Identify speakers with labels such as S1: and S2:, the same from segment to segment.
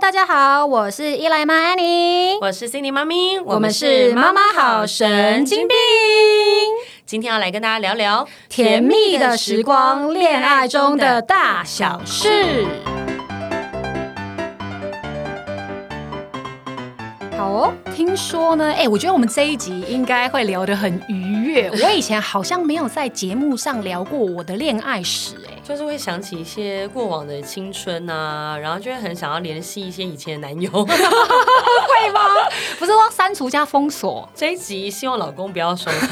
S1: 大家好，我是伊莱妈安妮，
S2: 我是 Cindy 妈咪，
S1: 我们是妈妈好神经病，
S2: 今天要来跟大家聊聊
S1: 甜蜜的时光，恋爱中的大小事。好哦，听说呢，哎、我觉得我们这一集应该会聊得很愉 悦。我以前好像没有在节目上聊过我的恋爱史、哎，
S2: 就是会想起一些过往的青春啊，然后就会很想要联系一些以前的 男友。
S1: 会吗？不是说删除加封锁，
S2: 这一集希望老公不要收 听，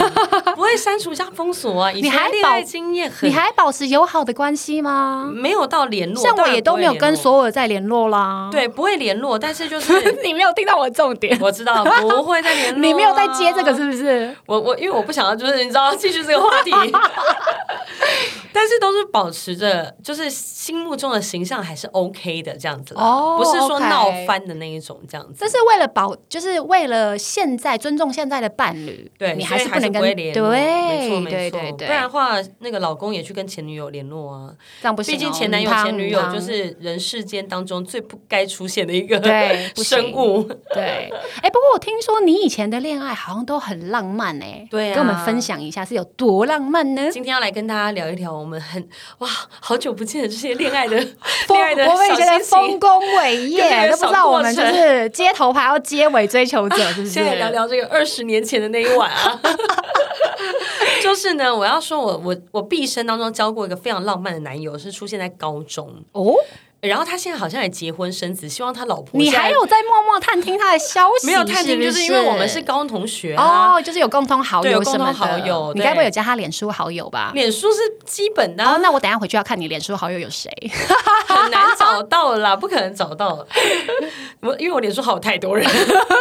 S2: 不会删除加封锁啊。以前
S1: 你还
S2: 的恋
S1: 保
S2: 爱经验很
S1: 你还保持友好的关系吗？
S2: 没有到联络，
S1: 像
S2: 当
S1: 我
S2: 然
S1: 也都没有跟所有在联络啦。
S2: 不会联络，对不会联络，但是就是
S1: 你没有听到我的重点，
S2: 我知道不会再联络啊，
S1: 你没有在接这个是不是？
S2: 我我因为我不想要，就是你知道继续这个话 题，但是都是保持着就是心目中的形象还是 OK 的这样子啦
S1: 哦
S2: 不是说
S1: OK
S2: 闹翻的那一种这样子。
S1: 这是为了保，就是为了现在尊重现在的伴侣，
S2: 对，
S1: 你
S2: 所以还
S1: 是不能跟
S2: 会
S1: 对
S2: 联络没错没
S1: 对
S2: 错
S1: 对对，
S2: 不然的话，那个老公也去跟前女友联络啊。
S1: 这样不行哦。
S2: 毕竟前男友、
S1: 很烫
S2: 前女友
S1: 很烫
S2: 就是人世间当中最不该出现的一个
S1: 对不行
S2: 生物。
S1: 对。哎，不过我听说你以前的恋爱好像都很浪漫哎，
S2: 对啊
S1: 跟我们分享一下是有多浪漫呢？
S2: 今天要来跟大家聊一聊我们很哇好久不见的这些恋 爱的
S1: 丰
S2: 恋爱的
S1: 我们以前
S2: 小
S1: 的
S2: 心情
S1: 丰。功伟业
S2: 跟
S1: 都
S2: 这个
S1: 不
S2: 小
S1: 知道，我们就
S2: 过程
S1: 是街头排到街尾追求者，是不是？
S2: 现在聊聊这个二十年前的那一晚啊。 就是呢，我要说我我我毕生当中交过一个非常浪漫的男友，是出现在高中，
S1: 哦，
S2: 然后他现在好像也结婚生子，希望他老婆
S1: 你
S2: 现在
S1: 还有在默默探听他的消息？
S2: 没有探听，
S1: 不
S2: 就是因为我们是高中同学啊，
S1: 哦，就是有共同好
S2: 对
S1: 友
S2: 有
S1: 什么的，
S2: 共同好友
S1: 你
S2: 对
S1: 该不会有加他脸书好友吧？
S2: 脸书是基本的啊、
S1: 哦，那我等一下回去要看你脸书好友有谁。
S2: 很难找到啦，不可能找到。我因为我脸书好太多人，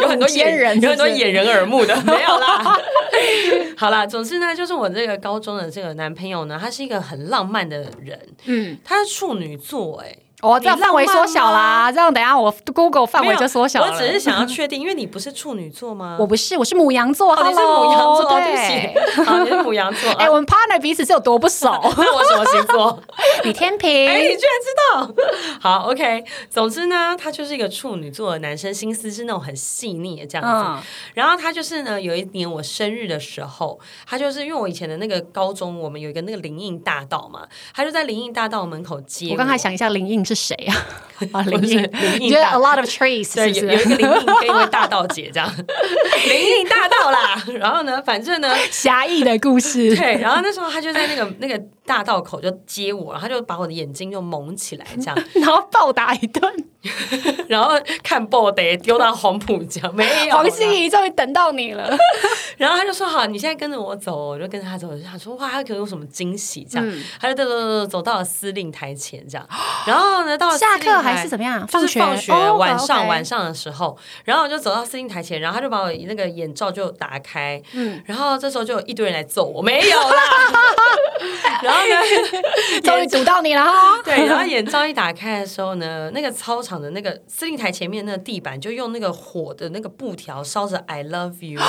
S2: 有很多
S1: 奸
S2: 掩
S1: 人
S2: 有很多
S1: 是不是
S2: 掩人 耳目的，没有啦。 好啦，总之呢，就是我这个高中的这个男朋友呢，他是一个很浪漫的人，
S1: 嗯，
S2: 他是处女座、哎。
S1: 哦，这样范围缩小啦，这样等一下我 Google 范
S2: 啊没
S1: 围
S2: 有
S1: 就缩小了。
S2: 我只是想要确定，因为你不是处女座吗？
S1: 我不是，我是母羊座，
S2: 哦，你是母羊
S1: hello，
S2: 座，哦
S1: 对。
S2: 对不起，好，你是母羊座。 啊
S1: 哎，我们 partner 彼此是有多不 熟？
S2: 那我什么星座？
S1: 你天
S2: 哎，
S1: 平
S2: 你，居然知道？好，OK。总之呢，他就是一个处女座的男生，心思是那种很细腻的这样子。
S1: 嗯，
S2: 然后他就是呢，有一年我生日的时候，他就是因为我以前的那个高中，我们有一个那个灵应大道嘛，他就在灵应大道门口接
S1: 我刚才想一下林印是谁 啊？啊，林
S2: 不是
S1: 印，
S2: 林
S1: 你
S2: 荫
S1: 觉得
S2: 大
S1: a lot of trees 是不
S2: 对，有有一
S1: 是？
S2: 个灵应跟一位大道姐这样，灵应大道啦。然后呢，反正呢，
S1: 狭义的故事，
S2: 对，然后那时候他就在那个 那个大道口就接我，然后他就把我的眼睛就蒙起来这 样，
S1: 然后暴打一顿。
S2: 然后看 b o 得丢到黄浦江，没有啦
S1: 黄心怡终于等到你 了，
S2: 然后他就说好，你现在跟着我走，我就跟着他走。我就想说哇，他可能有什么惊喜这样，
S1: 嗯
S2: 他就走走走走走到了司令台前这样，然后呢到了
S1: 下
S2: 司令
S1: 课
S2: 台
S1: 还是怎么样？
S2: 就是
S1: 学，
S2: 放学、
S1: 哦
S2: 晚上、
S1: OK
S2: 晚上的时候，然后我就走到司令台前，然后他就把我那个眼罩就打开，
S1: 嗯
S2: 然后这时候就有一堆人来揍我，没 有啦。然后呢，
S1: 终于堵到你了 哈。
S2: 对，然后眼罩一打开的时候呢，那个操场的那个司令台前面那个地板就用那个火的那个布条烧着 “I love you”，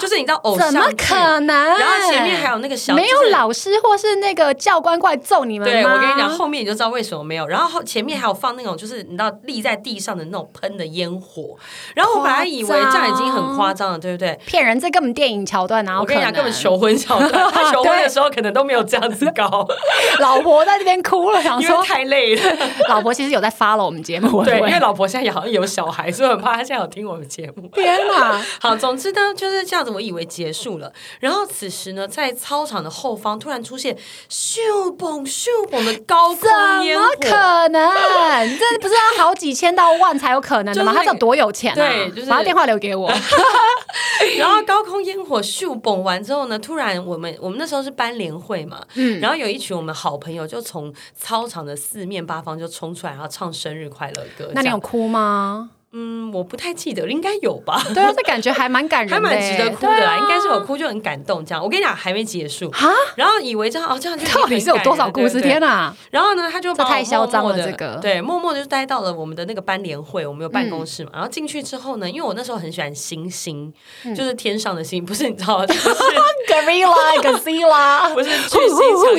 S2: 就是你知道偶像
S1: 怎
S2: 剧
S1: 么可能？
S2: 然后前面还有那个小
S1: 没有
S2: 就是
S1: 老师或是那个教官过来揍你们
S2: 对，
S1: 吗
S2: 我跟你讲，，后面你就知道为什么没有。然后后前面还有放那种，就是你知道立在地上的那种喷的烟火。然后我本来以为
S1: 夸张
S2: 这样已经很夸张了，对不对？
S1: 骗人，这根本电影桥段，然后
S2: 我跟你讲，
S1: 可能
S2: 根本求婚桥段，他求婚的时候可能都没有这样子 高，哦
S1: 老婆在这边哭了，想
S2: 因为
S1: 说
S2: 太累了。
S1: 老婆其实有在 follow 我们节目，
S2: 对，因
S1: 喂
S2: 为老婆现在也好像有小孩，所以我很怕她现在有听我们节目。
S1: 天哪，
S2: 好，总之呢就是这样子，我以为结束了。然后此时呢，在操场的后方突然出现咻蹦咻蹦的高
S1: 怎
S2: 空烟火
S1: 么，可能？这不是要好几千到万才有可能的吗？
S2: 就是那
S1: 他
S2: 个
S1: 有多有钱啊？
S2: 对 就是
S1: 把他电话留给我。
S2: 然后高空烟火咻蹦完之后呢，突然我们我们那时候是班联会嘛，
S1: 嗯，
S2: 然后有一群我们好朋友就从操场的四面八方就冲出来，然后唱生日快乐歌。
S1: 那你有
S2: 这样
S1: 哭吗？
S2: 嗯，我不太记得，应该有吧。
S1: 对啊，这感觉还蛮感人的
S2: 还
S1: 欸，
S2: 蛮值得哭
S1: 对
S2: 的啦，
S1: 啊
S2: 应该是我哭就很感动这样。我跟你讲，还没结束，
S1: 啊，
S2: 然后以为这样哦，这样就已经
S1: 到底
S2: 很
S1: 是有
S2: 感
S1: 多
S2: 人
S1: 少
S2: 了
S1: 故事？天！啊
S2: 对对
S1: 哪！
S2: 然后呢，他就把
S1: 这太嚣张了
S2: 我默默地
S1: 这个
S2: 对，默默地就待到了我们的那个班联会，我们有办公室嘛。然
S1: 嗯
S2: 后进去之后呢，因为我那时候很喜欢星星，就是天上的星，不是你知道，就是
S1: Gorilla、Godzilla，
S2: 不是巨星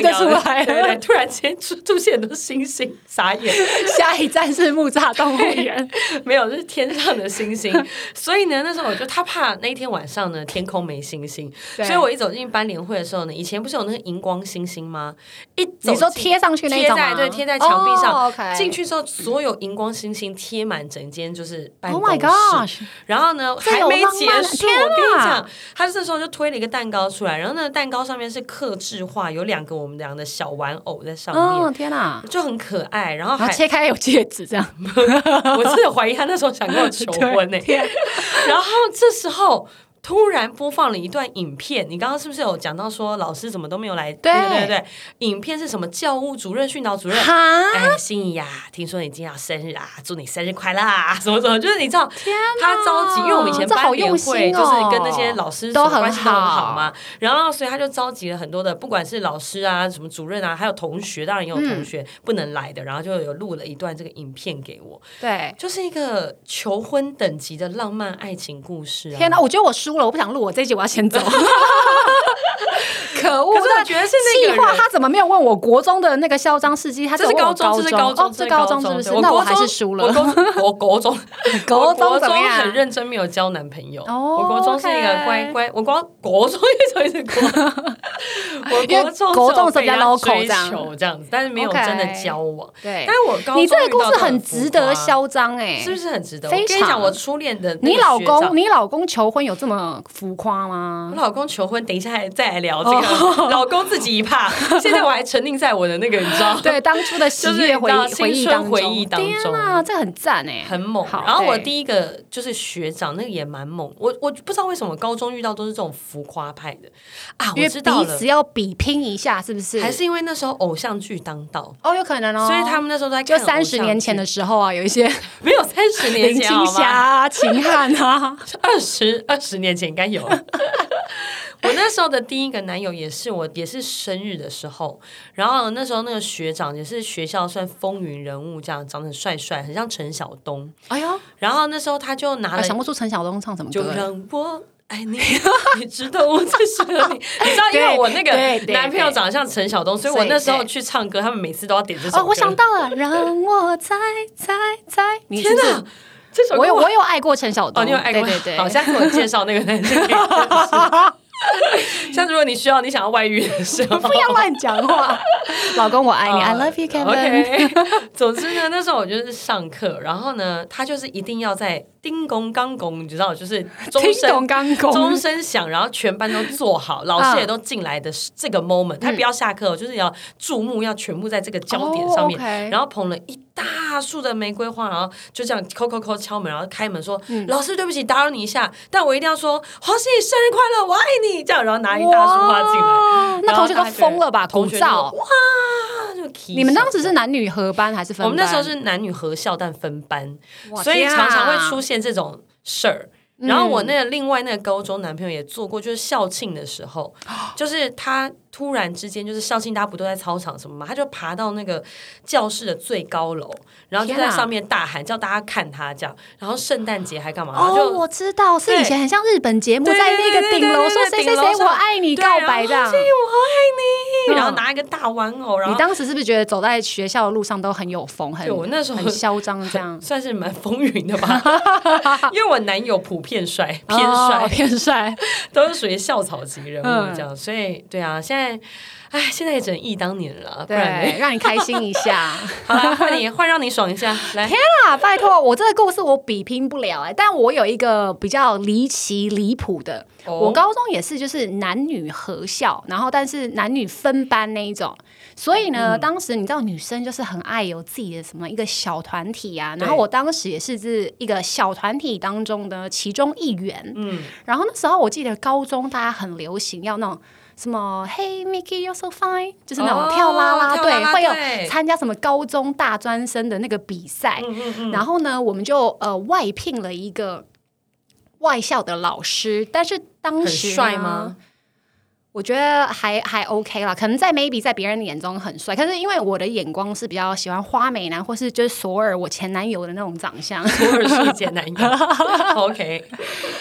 S1: 就
S2: 想
S1: 出
S2: 要的
S1: 来
S2: 对对对，
S1: 了。
S2: 突然间出出现很多星星，傻眼。
S1: 下一站是木栅动物园，
S2: 没有，是天上的星星。所以呢，那时候我就他怕那一天晚上呢天空没星星，
S1: 对
S2: 所以我一走进班联会的时候呢，以前不是有那个荧光星星吗？一走进
S1: 你说贴上去那一
S2: 贴
S1: 种吗
S2: 在对贴在墙壁上，
S1: 哦，OK
S2: 进去之后所有荧光星星贴满整间就是办
S1: Oh
S2: 公室。
S1: my gosh！
S2: 然后呢
S1: 这
S2: 还
S1: 有
S2: 没
S1: 浪
S2: 结
S1: 漫
S2: 束，
S1: 天
S2: 我跟你
S1: 啊
S2: 讲，他这时候就推了一个蛋糕出来，然后那个蛋糕上面是刻制化，有两个我们俩的小玩偶在上面。
S1: 嗯，天哪！
S2: 就很可爱，然后
S1: 然
S2: 还
S1: 后切开有戒指这样，
S2: 我真的怀疑他那时候想跟我求婚欸呢、
S1: 对天
S2: 然后这时候突然播放了一段影片，你刚刚是不是有讲到说老师怎么都没有来？
S1: 对
S2: 对对对，影片是什么？教务主任、训导主任。
S1: 哈，
S2: 哎，心仪呀、听说你今天要生日啊，祝你生日快乐啊！ 什么什么，就是你知道，
S1: 天哪
S2: 他着急，因为我们以前
S1: 这好
S2: 班联
S1: 用
S2: 会
S1: 心
S2: 就
S1: 哦
S2: 是跟那些老师
S1: 都很
S2: 关系都很好
S1: 好
S2: 嘛，然后所以他就召集了很多的，不管是老师啊、什么主任啊，还有同学，当然也有
S1: 嗯
S2: 同学不能来的，然后就有录了一段这个影片给我，
S1: 对。
S2: 就是一个求婚等级的浪漫爱情故事、啊。
S1: 天哪，我觉得我输了，我不想录，我这一集我要先走。 可恶！
S2: 可是我觉得是那个
S1: 哦计划，
S2: 人
S1: 他怎么没有问我国中的那个嚣张事迹？他
S2: 这
S1: 只
S2: 是
S1: 有问
S2: 高
S1: 我
S2: 中，这是高
S1: 高
S2: 中，
S1: 哦，这高中是不
S2: 对
S1: 是？那
S2: 国
S1: 我还
S2: 中
S1: 是输了
S2: 我。高中，我国中，
S1: 国中
S2: 我
S1: 怎
S2: 国
S1: 么
S2: 中
S1: 样
S2: 很认真，没有交男朋友。
S1: 哦
S2: 我国中是一个
S1: OK
S2: 乖乖，我国国中一直一直国， 我
S1: 因为
S2: 国中
S1: 国中的时候
S2: 是有被
S1: 比较
S2: 他
S1: local
S2: 追
S1: 这样
S2: 求这样子，但是没有
S1: OK
S2: 真的交往。
S1: 对
S2: 但是我高中
S1: 你这个故
S2: 遇到
S1: 事
S2: 的
S1: 很值得
S2: 浮夸，
S1: 嚣张哎，
S2: 是不是很值得？我
S1: 非
S2: 跟你讲，
S1: 常
S2: 我初恋的那个
S1: 你老
S2: 学长
S1: 公，你老公求婚有这么浮夸吗
S2: 我？老公求婚，等一下还再来聊这
S1: 哦
S2: 个。老公自己一怕，现在我还沉溺在我的那个，你知道，
S1: 对，当初的喜悦回
S2: 就是你
S1: 忆
S2: 知道
S1: 回忆当
S2: 青春回忆
S1: 中，
S2: 当中
S1: 天哪，这很赞哎，
S2: 很猛。
S1: 好
S2: 然后我
S1: 对
S2: 第一个就是学长，那个也蛮猛。我我不知道为什么高中遇到都是这种浮夸派的啊，
S1: 因
S2: 我
S1: 为
S2: 知道
S1: 彼
S2: 了
S1: 此，要比拼一下，是不是？
S2: 还是因为那时候偶像剧当道。
S1: 哦，有可能哦，
S2: 所以他们那时候都在
S1: 就
S2: 看
S1: 三十年前的时候啊，有一些
S2: 偶像剧没有三十年
S1: 林
S2: 前
S1: 青
S2: 好
S1: 霞
S2: 吗？
S1: 啊、秦汉啊，
S2: 二十二十年前应该有。 我那时候的第一个男友也是我，也是生日的时候，然后那时候那个学长也是学校算风云人物，这样长得很帅帅，很像陈晓东。
S1: 哎呦，
S2: 然后那时候他就拿
S1: 啊
S2: 了
S1: 想不出陈晓东唱什么
S2: 就
S1: 歌。
S2: 让我爱你， 你知道我最 适合你。你知道，因为
S1: 对
S2: 我那个
S1: 对对
S2: 男朋友长得像陈晓东，所以我
S1: 所以
S2: 那时候
S1: 对
S2: 去唱歌，他们每次都要点这首歌。
S1: 哦，我想，到了，让我猜猜猜，你
S2: 天
S1: 是不
S2: 哪
S1: 是？，
S2: 这首歌
S1: 我有我有爱过陈晓东，
S2: 哦，你有爱过？
S1: 对对
S2: 好，
S1: 对，
S2: 下次我介绍那个男生给你 认识。下次如果你需要，你想要外遇的时候，
S1: 不要乱讲 话，老公我爱哎你，I
S2: 啊
S1: love you Kevin。
S2: OK，总之呢，那时候我就是上课，然后呢，他就是一定要在叮咣钢拱，你知道，就是钟
S1: 听
S2: 声
S1: 懂刚公，啊
S2: 钟声响，然后全班都坐好，老师也都进来的这个 moment，、他不
S1: 嗯
S2: 要下课哦，就是要注目，要全部在这个焦点上面。
S1: 哦，OK
S2: 然后捧了一大束的玫瑰花，然后就这样扣扣扣敲门，然后开门说：“
S1: 嗯
S2: 老师，对不起，打扰你一下，但我一定要说黄喜生日快乐，我爱你。”这样，然后拿一大束花进来，
S1: 哇那同学都疯了吧？
S2: 同
S1: 鼓
S2: 学就
S1: 噪！
S2: 哇，就起手
S1: 你们当时是男女合班还是分
S2: 我
S1: 班？
S2: 们那时候是男女合校，但分班，
S1: 哇
S2: 所以
S1: 天啊嗯
S2: 常常会出现这种事儿。然后我那个另外那个高中男朋友也做过，就是校庆的 时候，就是他突然之间就是校庆，大家不都在操场什么嘛，他就爬到那个教室的最高楼，然后就在
S1: 天啊
S2: 上面大喊，叫大家看他这样。然后圣诞节还干嘛？然
S1: 哦
S2: 后，就
S1: 我知道，是
S2: 对
S1: 以前很像日本节目，
S2: 对
S1: 在那个顶楼说谁
S2: 对对对对对
S1: 谁
S2: 顶楼
S1: 谁
S2: 上
S1: 我爱你
S2: 对啊
S1: 告
S2: 然后
S1: 白这样
S2: 所。以哎我好爱你，
S1: 嗯
S2: 然后拿一个大玩偶，然
S1: 你
S2: 后
S1: 当时是不是觉得走在学校的路上都很有风，很
S2: 对我那时候
S1: 很嚣张这样？
S2: 算是蛮风云的 吧，因为我男友普遍帅， 偏帅
S1: 哦，偏帅，
S2: 都是属于校草级人
S1: 嗯
S2: 物这样，所以对啊，现在，哎，现在也只能忆当年了啦， 不然
S1: 对，
S2: 呢
S1: 让你开心一下。
S2: 好啦，换你，换让你爽一下，来，
S1: 天啊，拜托，我这个故事我比拼不了哎、但我有一个比较离奇离谱的。
S2: 哦
S1: 我高中也是，就是男女合校，然后但是男女分班那一种。所以
S2: 嗯
S1: 呢，当时你知道女生就是很爱有自己的什么一个小团体啊，然后
S2: 对
S1: 我当时也是是一个小团体当中的其中一员。
S2: 嗯，
S1: 然后那时候我记得高中大家很流行要那种什么 Hey Mickey you're so fine，就是那
S2: 哦
S1: 种跳啦啦
S2: 跳
S1: 队，
S2: 啦啦
S1: 会
S2: 队
S1: 有参加什么高中大专生的那个比赛。
S2: 嗯
S1: 然后呢，我们就呃外聘了一个外校的老师，但是当
S2: 很
S1: 时呢
S2: 帅吗？？
S1: 我觉得还还 OK 啦，可能在 maybe 在别人眼中很帅，可是因为我的眼光是比较喜欢花美男或是就是索尔我前男友的那种长相，
S2: 土耳其姐男 友，OK，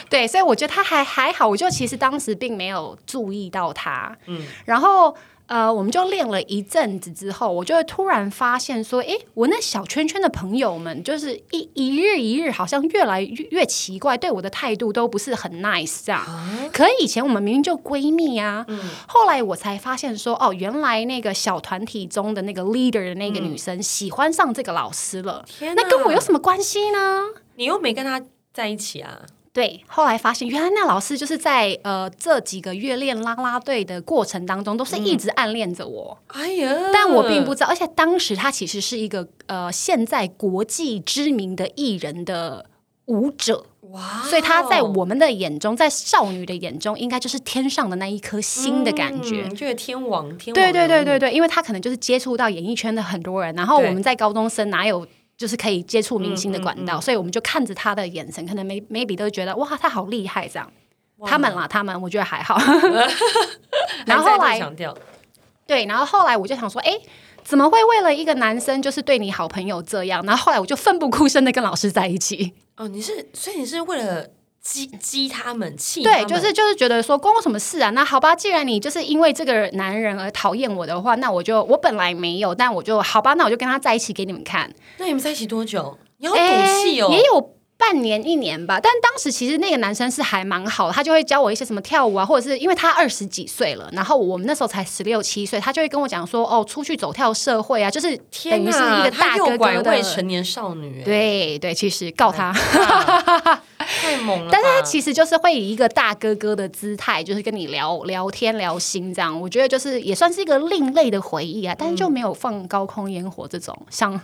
S1: 对，所以我觉得他还还好，我就其实当时并没有注意到他，嗯，然后呃，我们就练了一阵子之后，我就会突然发现说，诶，我那小圈圈的朋友们，就是一一日一日，好像越来越越奇怪，对我的态度都不是很 nice 这样。
S2: 啊
S1: 可以前我们明明就闺蜜啊，
S2: 嗯
S1: 后来我才发现说，哦，原来那个小团体中的那个 leader 的那个女生喜欢上这个老师了，
S2: 嗯天哪
S1: 那跟我有什么关系呢？
S2: 你又没跟他在一起啊？
S1: 对，后来发现原来那老师就是在呃这几个月练啦啦队的过程当中，都是一直暗恋着我，
S2: 哎呀，
S1: 但我并不知道。而且当时他其实是一个呃现在国际知名的艺人的舞者，
S2: 哇哦，
S1: 所以他在我们的眼中，在少女的眼中，应该就是天上的那一颗星的感觉。
S2: 嗯，就是天王，天王
S1: 对对对
S2: 人物
S1: 对对，因为他可能就是接触到演艺圈的很多人，然后
S2: 对嗯
S1: 我们在高中生哪有就是可以接触明星的管道，所以我们就看着他的眼神，可能 may- maybe 都觉得哇，他好厉害这样。
S2: 哇
S1: 他们啦，他们我觉得还 好。
S2: 还
S1: 然后
S2: 再
S1: 后
S2: 度
S1: 来
S2: 强调，
S1: 对，然后后来我就想说，哎，怎么会为了一个男生就是对你好朋友这样？然后后来我就奋不顾身的跟老师在一起。
S2: 哦，你是，所以你是为了激激他们，气他
S1: 对，
S2: 们
S1: 就是就是觉得说关我什么事啊？那好吧，既然你就是因为这个男人而讨厌我的话，那我就我本来没有，但我就好吧，那我就跟他在一起给你们看。
S2: 那你们在一起多久？你要
S1: 哎，
S2: 赌气哦，
S1: 也有半年一年吧。但当时其实那个男生是还蛮好的，他就会教我一些什么跳舞啊，或者是因为他二十几岁了，然后我们那时候才十六七岁，他就会跟我讲说，哦，出去走跳社会啊，就是等
S2: 天
S1: 于
S2: 哪，
S1: 是一个大
S2: 他
S1: 哥
S2: 诱拐
S1: 哥
S2: 未
S1: 的。
S2: 成年少女，哎，
S1: 对对，其实告他，
S2: 哇太猛了
S1: 嗯
S2: 吧，
S1: 但是他其实就是会以一个大哥哥的姿态，就是跟你聊聊天、聊心这样。我觉得就是也算是一个另类的回
S2: 嗯
S1: 忆啊，但是就没有放高空烟火这种，像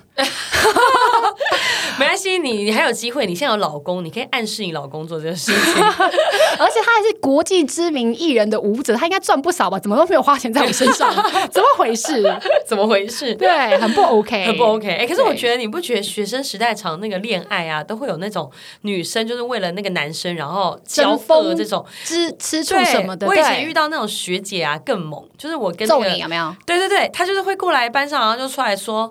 S2: 没关系，你你还有机会，你现在有老公，你可以暗示你老公做这件事 情。
S1: 而且他还是国际知名艺人的舞者，他应该赚不少吧？怎么都没有花钱在我身上， 怎么回事？
S2: 怎么回事？
S1: 对，很不 OK，
S2: 很不 OK，哎、可是我
S1: 对
S2: 觉得你不觉得学生时代常那个恋爱啊，都会有那种女生就是为了那个男生然后交
S1: 争锋
S2: 锋这种，
S1: 吃吃醋
S2: 对，
S1: 什么的。
S2: 我以前遇
S1: 到
S2: 到那种学姐啊更猛，就是我跟那
S1: 揍
S2: 个
S1: 你有没有？
S2: 对对对，他就是会过来班上，然后就出来说。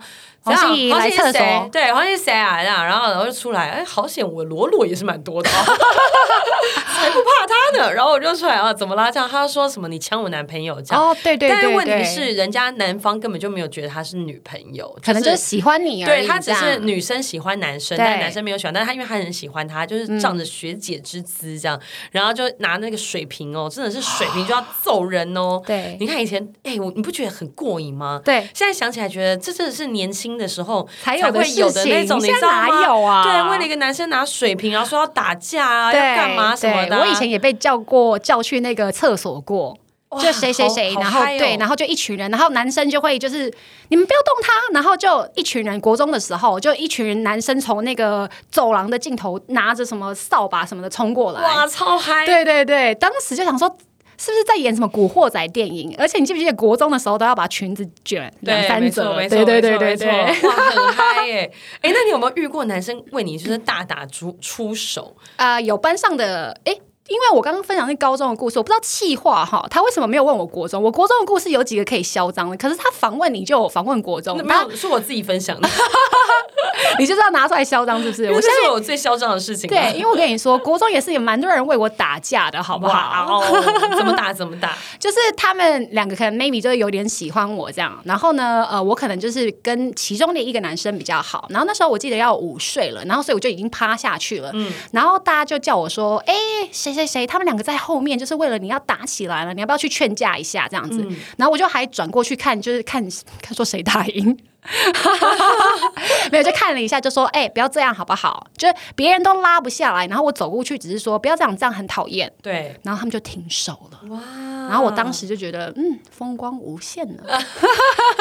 S1: 黄
S2: 怎样
S1: 心怡来
S2: 是
S1: 厕所
S2: 谁对，黄信谁啊？这样，然后然后就出来，哎，好险，我裸裸也是蛮多的、啊， 才不怕他呢。然后我就出来啊，怎么啦？这样，他就说什么你抢我男朋友这样。
S1: 哦，对对对
S2: 但是
S1: 对，
S2: 问题是，人家男方根本就没有觉得她是女朋友，
S1: 可能就是喜欢你而已。
S2: 对他只
S1: 这
S2: 是
S1: 样
S2: 女生喜欢男生，
S1: 对嗯
S2: 但男生没有喜欢，但是他因为他很喜欢他，就是仗着学姐之姿这样，然后就拿那个水瓶哦，真的是水瓶就要揍人哦。
S1: 对
S2: 你看以前，哎、我你不觉得很过瘾吗？
S1: 对
S2: 现在想起来觉得这真的是年轻的时候
S1: 才有
S2: 有
S1: 的
S2: 会有的
S1: 事情
S2: 那种，你
S1: 现在
S2: 知道吗？
S1: 哪有啊
S2: 对，为了一个男生拿水瓶，然后说要打架啊，
S1: 对
S2: 要干嘛什么的
S1: 对
S2: 啊、
S1: 我以前也被叫过，叫去那个厕所过。
S2: 哇
S1: 就谁谁谁，
S2: 好
S1: 然后
S2: 好嗨哦
S1: 对，然后就一群人，然后男生就会就是你们不要动他，然后就一群人，国中的时候就一群人男生从那个走廊的尽头拿着什么扫把什么的冲过来，
S2: 哇，超嗨！
S1: 对对对，当时就想说是不是在演什么古惑仔电影？而且你记不记得国中的时候都要把裙子卷两
S2: 对，
S1: 三
S2: 没错，
S1: 折，
S2: 没
S1: 对
S2: 错，
S1: 对对
S2: 没
S1: 对
S2: 错
S1: 对
S2: 没，错哇，很嗨耶！哎，那你有没有遇过男生为你就是大打出出手？
S1: 啊，有班上的诶，因为我刚刚分享是高中的故事，我不知道气话哈，他为什么没有问我国中？我国中的故事有几个可以嚣张的，可是他访问你就有访问国中
S2: 那，哦没
S1: 那
S2: 有，是我自己分享 的，
S1: 你就是要拿出来嚣张，是不是？
S2: 因
S1: 我
S2: 为
S1: 现
S2: 这
S1: 在
S2: 是我最嚣张的事情了。
S1: 对，因为我跟你说，国中也是有蛮多人为我打架的，好不
S2: 哇
S1: 好？
S2: 哦，怎么打怎么打，
S1: 就是他们两个可能 maybe 就是有点喜欢我这样，然后呢，呃，我可能就是跟其中的一个男生比较好，然后那时候我记得要午睡了，然后所以我就已经趴下去了，然后大家就叫我说，哎、谁谁谁，他们两个在后面，就是为了你要打起来了，你要不要去劝架一下这样子？然后我就还转过去看，就是看看说谁打赢。 没有，就看了一下，就说：“哎、不要这样好不好？就是别人都拉不下来，然后我走过去，只是说不要这样，这样很讨厌。
S2: 对”。
S1: 然后他们就停手了。
S2: 哇！
S1: 然后我当时就觉得，嗯，风光无限呢。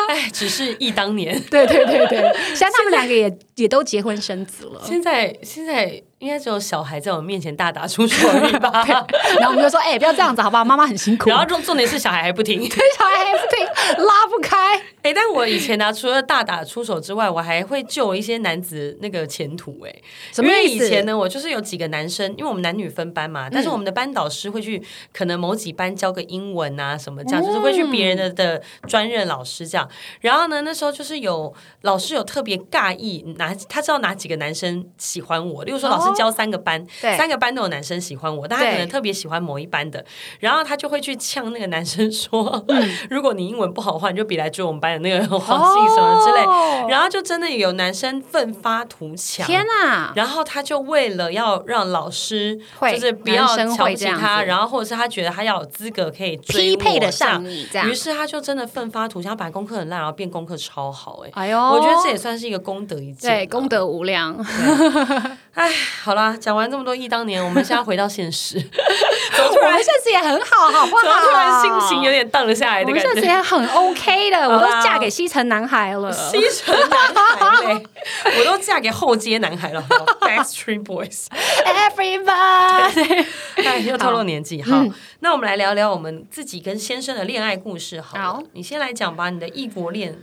S2: 哎，只是忆当年。
S1: 对对对对，现在他们两个也也都结婚生子了。
S2: 现在现在应该只有小孩在我面前大打出手而已吧？
S1: 然后我们就说，哎、不要这样子，好不好？妈妈很 辛苦。
S2: 然后重重点是小孩还不听。
S1: 小孩还不听，拉不开。
S2: 哎、但我以前呢、除了大大打出手之外，我还会救一些男子那个前途、欸。哎，
S1: 什么
S2: 因为
S1: 意
S2: 以
S1: 思嗯
S2: 前呢，我就是有几个男生，因为我们男女分班嘛，但是我们的班导师会去可能某几班教个英文啊什么这样，就是会去
S1: 哦
S2: 别人的的专任老师这样。然后呢，那时候就是有老师有特别尬意哪，他知道哪几个男生喜欢我，例如说老师教三个班，
S1: 哦对
S2: 三个班都有男生喜欢我，但他可
S1: 对
S2: 能特别喜欢某一班的，然后他就会去呛那个男生说，
S1: 嗯
S2: 如果你英文不好的话，你就别来追我们班的那个黄信什么之类。
S1: 哦
S2: 然后就真的有男生奋发图强，
S1: 天哪！
S2: 然后他就为了要让老师
S1: 会
S2: 就是不要
S1: 男生
S2: 瞧
S1: 会
S2: 不起
S1: 这样
S2: 他，
S1: 子
S2: 然后或者是他觉得他要有资格可以追
S1: 匹配
S2: 我
S1: 得
S2: 这样
S1: 上你这样
S2: 于是他就真的奋发图强，他本来功课很烂，然后变功课超好、哎、
S1: 哎呦，
S2: 我觉得这也算是一个功德一件啊。
S1: 对功德无 量。
S2: 哎，好啦，讲完这么多忆当年，我们现在回到现实，怎么突
S1: 我
S2: 然
S1: 们
S2: 怎
S1: 现在也很好，好不好？
S2: 么突然心情有点荡了下
S1: 啊
S2: 来
S1: 我
S2: 的
S1: 们
S2: 感
S1: 现在
S2: 觉？
S1: 也很 OK 的，我
S2: 好
S1: 都
S2: 啦
S1: 嫁给西城男孩了。
S2: 西城男孩嘞，我都嫁给后街男孩了好 不好，Backstreet Boys。
S1: Everybody，
S2: 哎，又透露年纪。好，
S1: 嗯
S2: 那我们来聊聊我们自己跟先生的恋爱故事好了。
S1: 好
S2: 你先来讲吧，你的异国恋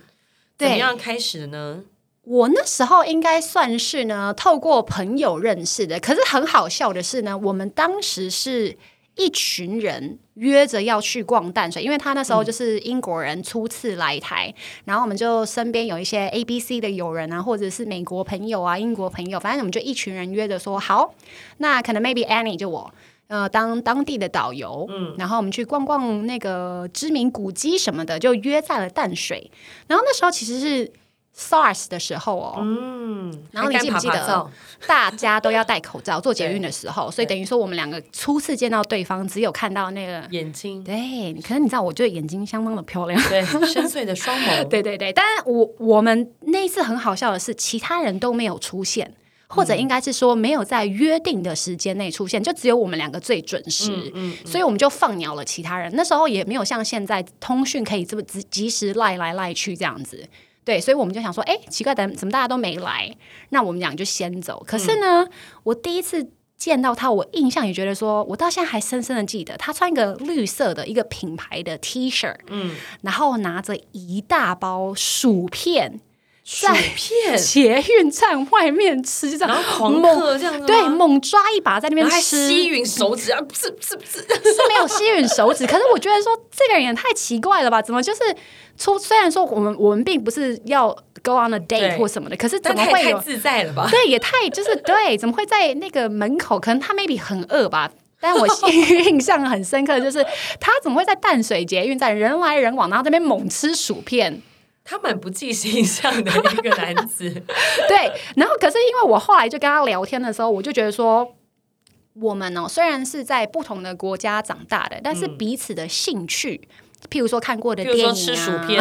S1: 对
S2: 怎么样开始呢？
S1: 我那时候应该算是呢，透过朋友认识的。可是很好笑的是呢，我们当时是一群人约着要去逛淡水，因为他那时候就是英国人初次来台，然后我们就身边有一些 A、B、C 的友人啊，或者是美国朋友啊、英国朋友，反正我们就一群人约着说好，那可能 maybe Annie 就我。呃，当当地的导游，嗯，然后我们去逛逛那个知名古迹什么的，就约在了淡水。然后那时候其实是 SARS 的时候哦，
S2: 嗯，
S1: 然后你
S2: 还
S1: 记
S2: 敢
S1: 不记
S2: 爬爬
S1: 得
S2: 照？
S1: 大家都要戴口罩做捷运的时候，所以等于说我们两个初次见到对方，只有看到那个
S2: 眼睛？
S1: 对，可是你知道，我就眼睛相当的漂亮。
S2: 对，深邃的双眸。
S1: 对对对，但我我们那一次很好笑的是，其他人都没有出现，或者应该是说没有在约定的时间内出现，就只有我们两个最准时，
S2: 嗯
S1: 所以我们就放鸟了其他人。那时候也没有像现在通讯可以这么及及时赖来赖去这样子。对，所以我们就想说，哎，奇怪，怎怎么大家都没来？那我们俩就先走。可是呢，
S2: 嗯
S1: 我第一次见到他，我印象也觉得说，我到现在还深深的记得，他穿一个绿色的一个品牌的 T 恤，
S2: 嗯
S1: 然后拿着一大包薯片，
S2: 薯 片，
S1: 捷运站外面吃，这
S2: 嗯然
S1: 样
S2: 后狂
S1: 猛
S2: 嗑这样子吗
S1: 对，猛抓一把在那
S2: 然
S1: 边
S2: 后还
S1: 吃，
S2: 吸吮手指啊，不是不是不是，
S1: 是没有吸吮手指，可是我觉得说这个人也太奇怪了吧？怎么就是出？虽然说我们我们并不是要 go on a
S2: 对
S1: date 或什么的，可是 怎
S2: 但
S1: 么
S2: 太
S1: 会
S2: 太
S1: 有？
S2: 自在了吧？
S1: 对，也太 就是对，怎么会在那个门口？可能他 maybe 很饿吧。但我 印象很深刻，就是他怎么会在淡水捷运站人来人往，然后在那边猛吃薯片？
S2: 他蛮不计形象的一个男 子，
S1: 对，然后可是因为我后来就跟他聊天的时候，我就觉得说。我们哦，虽然是在不同的国家长大的，但是彼此的兴趣，譬如说看过的
S2: 比
S1: 电
S2: 嗯
S1: 影、
S2: 如说
S1: 啊、
S2: 吃薯片、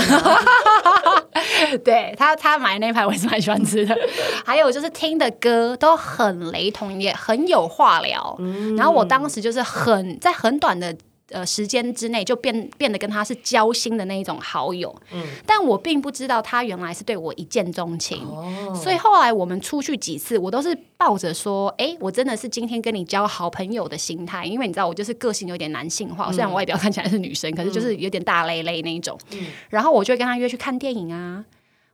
S2: 啊，
S1: 对他，他买那排我也是蛮喜欢吃的。 还有就是听的歌都很雷同，也很有话聊。
S2: 嗯
S1: 然后我当时就是很在很短的呃时间之内就变变得跟他是交心的那一种好友。
S2: 嗯
S1: 但我并不知道他原来是对我一见钟情。
S2: 哦
S1: 所以后来我们出去几次，我都是抱着说，哎、我真的是今天跟你交好朋友的心态，因为你知道我就是个性有点男性
S2: 嗯
S1: 化，虽然我外表看起来是女生，可是就是有点大累累那一种。
S2: 嗯
S1: 然后我就会跟他约去看电影啊，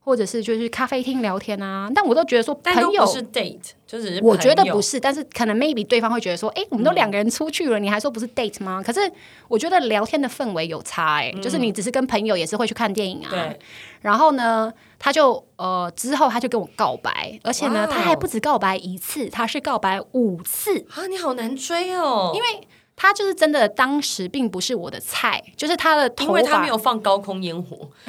S1: 或者是就是去咖啡厅聊天啊。但我都觉得说
S2: 但都
S1: 朋友
S2: 不，是 date，就只是
S1: 我觉得
S2: 朋友嗯
S1: 不是，但是可能 maybe 对方会觉得说，哎，我们都两个人出去了，你还说不是 date 吗？可是我觉得聊天的氛围有差、哎、就是你只是跟朋友也是会去看电影啊
S2: 嗯对。
S1: 然后呢，他就呃之后他就跟我告白，而且
S2: 哇
S1: 呢，
S2: 哦
S1: 他还不止告白一次，他是告白五次。
S2: 啊，你好难追哦，因为
S1: 他就是真的，当时并不是我的菜，就是他的头
S2: 因为他
S1: 发
S2: 没，有放高空烟火，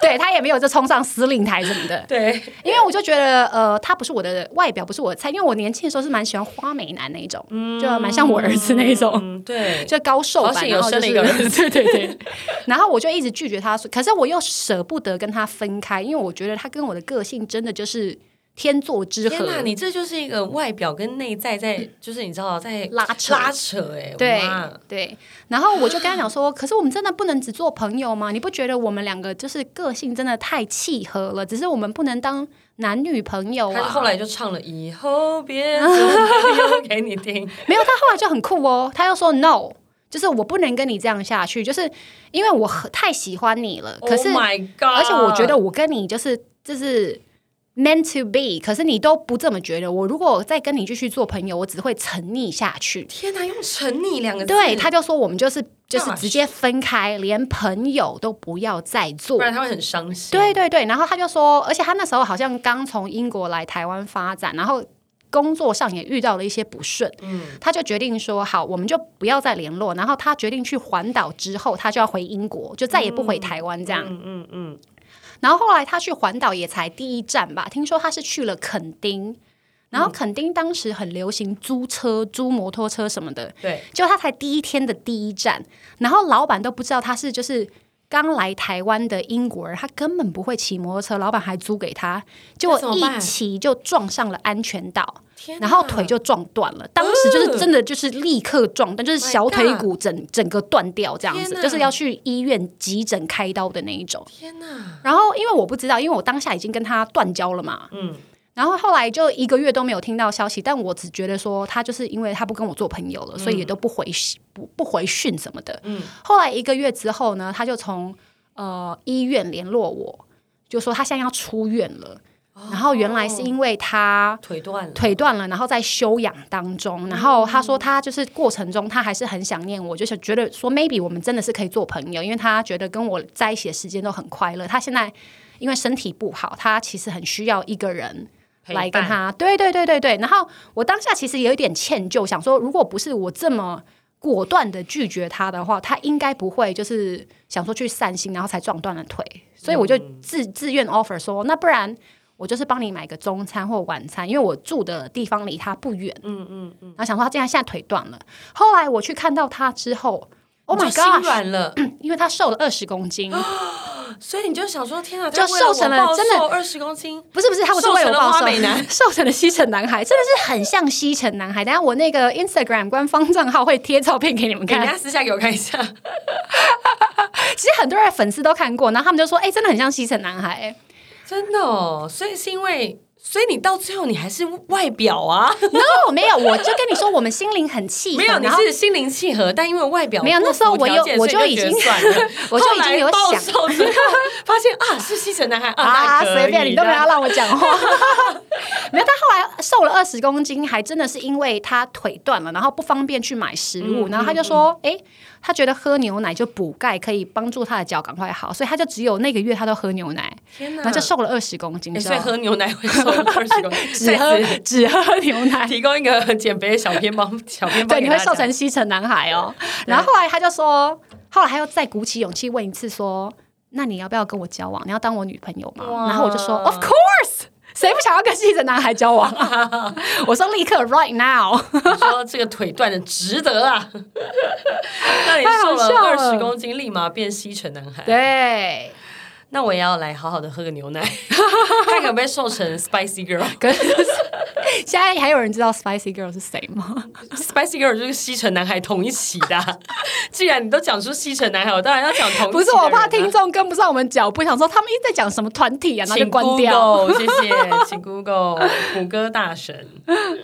S1: 对他也没有就冲上司令台什么 的，
S2: 对，
S1: 因为我就觉得，呃，他不是我的外表，不是我的菜，因为我年轻的时候是蛮喜欢花美男那一种，就蛮像我儿子那一种。
S2: 嗯，对，
S1: 就高瘦
S2: 好
S1: 版，
S2: 险
S1: 然
S2: 有
S1: 后就
S2: 生
S1: 是
S2: 了一个儿
S1: 对对对，然后我就一直拒绝他，可是我又舍不得跟他分开，因为我觉得他跟我的个性真的就是天作之
S2: 天
S1: 合。
S2: 哪，你这就是一个外表跟内在在，就是你知道在
S1: 拉扯
S2: 拉扯哎、
S1: 对
S2: 哇
S1: 对，然后我就跟他讲说，可是我们真的不能只做朋友吗？你不觉得我们两个就是个性真的太契合了？只是我们不能当男女朋友
S2: 他就
S1: 啊。
S2: 后来就唱了《以 后别做朋友》给你听，
S1: 没有，他后来就很酷哦，他又说 no。就是我不能跟你这样下去，就是因为我很太喜欢你了，可是、
S2: Oh my God，
S1: 而且我觉得我跟你就是就是。meant to be，可是你都不这么觉得。我如果再跟你继续做朋友，我只会沉溺下去。
S2: 天哪，用“沉溺”两个字，
S1: 对，他就说我们就是就是
S2: 那
S1: 直接分开，连朋友都不要再
S2: 不
S1: 做。
S2: 然他会很伤心。
S1: 对对对，然后他就说，而且他那时候好像刚从英国来台湾发展，然后工作上也遇到了一些不顺，
S2: 嗯
S1: 他就决定说，好，我们就不要再联络。然后他决定去环岛之后，他就要回英国，就再也不回台湾这样。
S2: 嗯嗯嗯，
S1: 然后后来他去环岛也才第一站吧，听说他是去了垦丁。然后
S2: 嗯
S1: 垦丁当时很流行租车、租摩托车什么的，
S2: 对，
S1: 就他才第一天的第一站，然后老板都不知道他是就是刚来台湾的英国人，他根本不会骑摩托车，老板还租给他，结果
S2: 那怎么办
S1: 一骑就撞上了安全岛，
S2: 天哪，嗯
S1: 然后腿就撞断了。当时就是真的就是立刻撞，但就是小腿骨整整个断掉这样
S2: 天
S1: 子，
S2: 哪
S1: 就是要去医院急诊开刀的那一种。
S2: 天哪，
S1: 然后因为我不知道，因为我当下已经跟他断交了嘛，
S2: 嗯，
S1: 然后后来就一个月都没有听到消息，但我只觉得说他就是因为他不跟我做朋友了，所以也都不回信不不回讯什么的。
S2: 嗯
S1: 后来一个月之后呢，他就从呃医院联络我，就说他现在要出院了。
S2: 哦
S1: 然后原来是因为他
S2: 腿断了，嗯
S1: 腿断了，然后在休养当中。然后他说他就是过程中他还是很想念我，就是觉得说 maybe 我们真的是可以做朋友，因为他觉得跟我在一起的时间都很快乐。他现在因为身体不好，他其实很需要一个人。
S2: 陪伴
S1: 来跟他，对对对对对。然后我当下其实有一点歉疚，想说如果不是我这么果断的拒绝他的话，他应该不会就是想说去散心，然后才撞断了腿。所以我就自、
S2: 嗯
S1: 自愿 offer 说，那不然我就是帮你买个中餐或晚餐，因为我住的地方离他不远。嗯嗯嗯。然后想说他竟然现在腿断了，后来我去看到他之后，Oh
S2: 你
S1: my
S2: 就心
S1: god！
S2: 软了，
S1: 因为他瘦了二十公斤，
S2: 所以你就想说，天啊哪，
S1: 就瘦成了真的
S2: 二十公斤，
S1: 不是不是，他不是
S2: 瘦
S1: 为
S2: 成
S1: 我
S2: 了
S1: 报
S2: 花
S1: 仇
S2: 美 男
S1: 瘦成了西城男孩，真的是很像西城男孩。等一下我那个 Instagram 官方账号会贴照片给你们啊
S2: 给人
S1: 看
S2: 家。私下给我看一下，
S1: 其实很多人粉丝都看过，然后他们就说：“哎、真的很像西城男孩。欸
S2: 真的哦，所以是因为，所以你到最后你还是外表啊，”
S1: no，没有，我就跟你说，我们心灵很契合。
S2: 没有，你
S1: 然后
S2: 是心灵契合，但因为外表
S1: 没有
S2: 不
S1: 那时候
S2: 符
S1: 我有
S2: 条件
S1: 我
S2: 所以
S1: 就已
S2: 觉得
S1: 经
S2: 算了
S1: 我就已经有
S2: 后来暴
S1: 想
S2: 瘦之后发现啊，是西城男孩
S1: 啊，
S2: 那可
S1: 随便
S2: 以
S1: 你都没有
S2: 的
S1: 要让我讲话。 没有，他后来瘦了二十公斤，还真的是因为他腿断了，然后不方便去买食物，
S2: 嗯
S1: 然后他就说：“哎、他觉得喝牛奶就补钙，可以帮助他的脚赶快好，所以他就只有那个月他都喝牛奶，
S2: 天哪，
S1: 然后就瘦了二十公斤。
S2: 欸
S1: 你知
S2: 所以
S1: 道
S2: 喝牛奶会瘦二十公斤，
S1: 只喝
S2: 在此
S1: 只喝牛奶。
S2: 提供一个减肥的小偏方，小偏方
S1: 对，
S2: 给
S1: 你会
S2: 大家
S1: 瘦成西城男孩 哦。然后后来他就说，后来他又再鼓起勇气问一次说：“那你要不要跟我交往？你要当我女朋友吗？”
S2: 哇
S1: 然后我就说：“Of course，谁不想要跟西城男孩交往啊？” 我说：“立刻 right now。
S2: 你说这个腿断的值得啊！那你瘦
S1: 太好
S2: 了
S1: 笑
S2: 二
S1: 了
S2: 十公斤，立马变西城男”孩。
S1: 对，
S2: 那我也要来好好的喝个 牛奶，看可不可以瘦成 Spicy Girl。
S1: 可是现在还有人知道 Spicy Girl 是谁吗？
S2: Spicy Girl 就是西城男孩同一起的啊、既然你都讲出西城男孩，我当然要讲同一起的人啊、
S1: 不是，我怕听众跟不上我们脚步，想说他们一直在讲什么团体啊，然后就
S2: 请
S1: 关掉。
S2: Google，谢谢，请 Google 谷歌大神。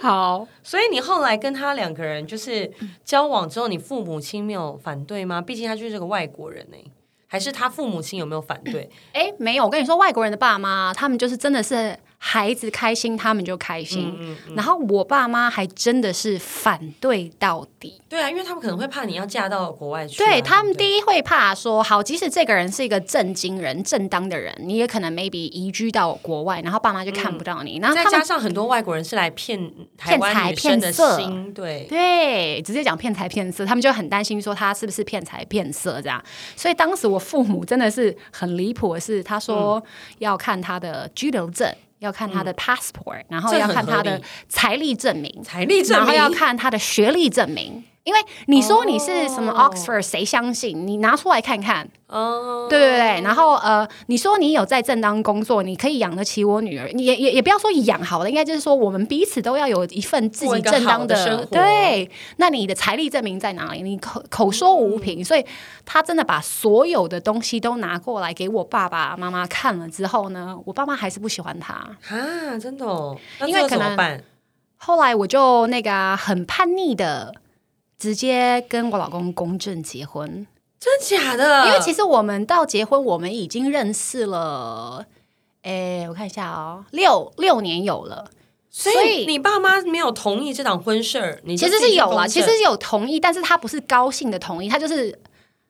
S1: 好，
S2: 所以你后来跟他两个人就是交往之后，你父母亲没有反对吗？毕竟他就是个外国人呢、欸还是他父母亲有没有反对？
S1: 哎，没有，我跟你说，外国人的爸妈，他们就是真的是孩子开心，他们就开心。然后我爸妈还真的是反对到底，
S2: 对啊，因为他们可能会怕你要嫁到国外去啊、
S1: 对他们
S2: 不对
S1: 第一会怕说，好，即使这个人是一个正经人、正当的人，你也可能 maybe 移居到国外，然后爸妈就看不到你，然后
S2: 再
S1: 他
S2: 加
S1: 们。
S2: 上很多外国人是来骗台湾
S1: 财
S2: 女生的
S1: 骗色
S2: 心，对，
S1: 对，直接讲骗财骗色，他们就很担心说他是不是骗财骗色这样。所以当时我父母真的是很离谱的是，他
S2: 嗯
S1: 说要看他的居留证，要看他的 passport，、然后
S2: 这
S1: 要
S2: 很
S1: 看
S2: 合
S1: 他的
S2: 理
S1: 财力证明，
S2: 财力证
S1: 然后
S2: 明
S1: 要看他的学历证明。因为你说你是什么
S2: 哦
S1: Oxford，、谁相信？你拿出来看看，
S2: 哦，
S1: 对对对。然后呃，你说你有在正当工作，你可以养得起我女儿，你也也也不要说养好了，应该就是说我们彼此都要有一份自
S2: 过
S1: 己
S2: 一个
S1: 正
S2: 好
S1: 当
S2: 的
S1: 的。
S2: 生活
S1: 对，那你的财力证明在哪里？你口口说无凭，所以他真的把所有的东西都拿过来给我爸爸妈妈看了之后呢，我爸妈还是不喜欢他。
S2: 啊，真的哦，那
S1: 因为
S2: 最后
S1: 可
S2: 怎
S1: 能
S2: 么办？
S1: 后来我就那个啊、很叛逆的直接跟我老公公证结婚，
S2: 真假的？
S1: 因为其实我们到结婚，我们已经认识了，诶，我看一下哦，六六年有了。
S2: 所
S1: 所
S2: 以
S1: 以
S2: 你爸妈没有同意这档婚事儿，你就
S1: 其实
S2: 自
S1: 是
S2: 己去
S1: 有啦，啊
S2: 公
S1: 其
S2: 证
S1: 实有同意，但是他不是高兴的同意，他就是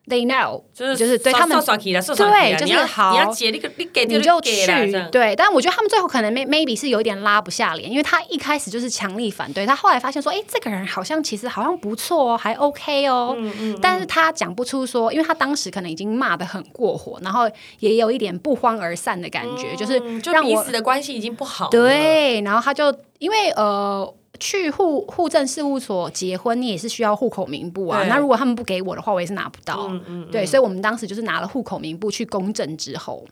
S1: they know，
S2: 就是
S1: 就是对
S2: 刷
S1: 他们
S2: 刷刷起来，刷刷起来
S1: 对就是
S2: 你要
S1: 好
S2: 你要结那个，你给
S1: 你就
S2: 给啦这
S1: 去
S2: 样。
S1: 对。但我觉得他们最后可能 may- maybe 是有一点拉不下脸，因为他一开始就是强力反对，他后来发现说，哎，这个人好像其实好像不错哦，还 OK 哦，
S2: 嗯
S1: 但是他讲不出说，因为他当时可能已经骂得很过火，然后也有一点不欢而散的感觉，就是
S2: 嗯就
S1: 让
S2: 彼
S1: 我
S2: 此的关系已经不好了，
S1: 对，然后他就因为呃。去户户政事务所结婚，你也是需要户口名簿啊。
S2: 对
S1: 那如果他们不给我的话，我也是拿不到。
S2: 嗯嗯，
S1: 对，所以我们当时就是拿了户口名簿去公证之后，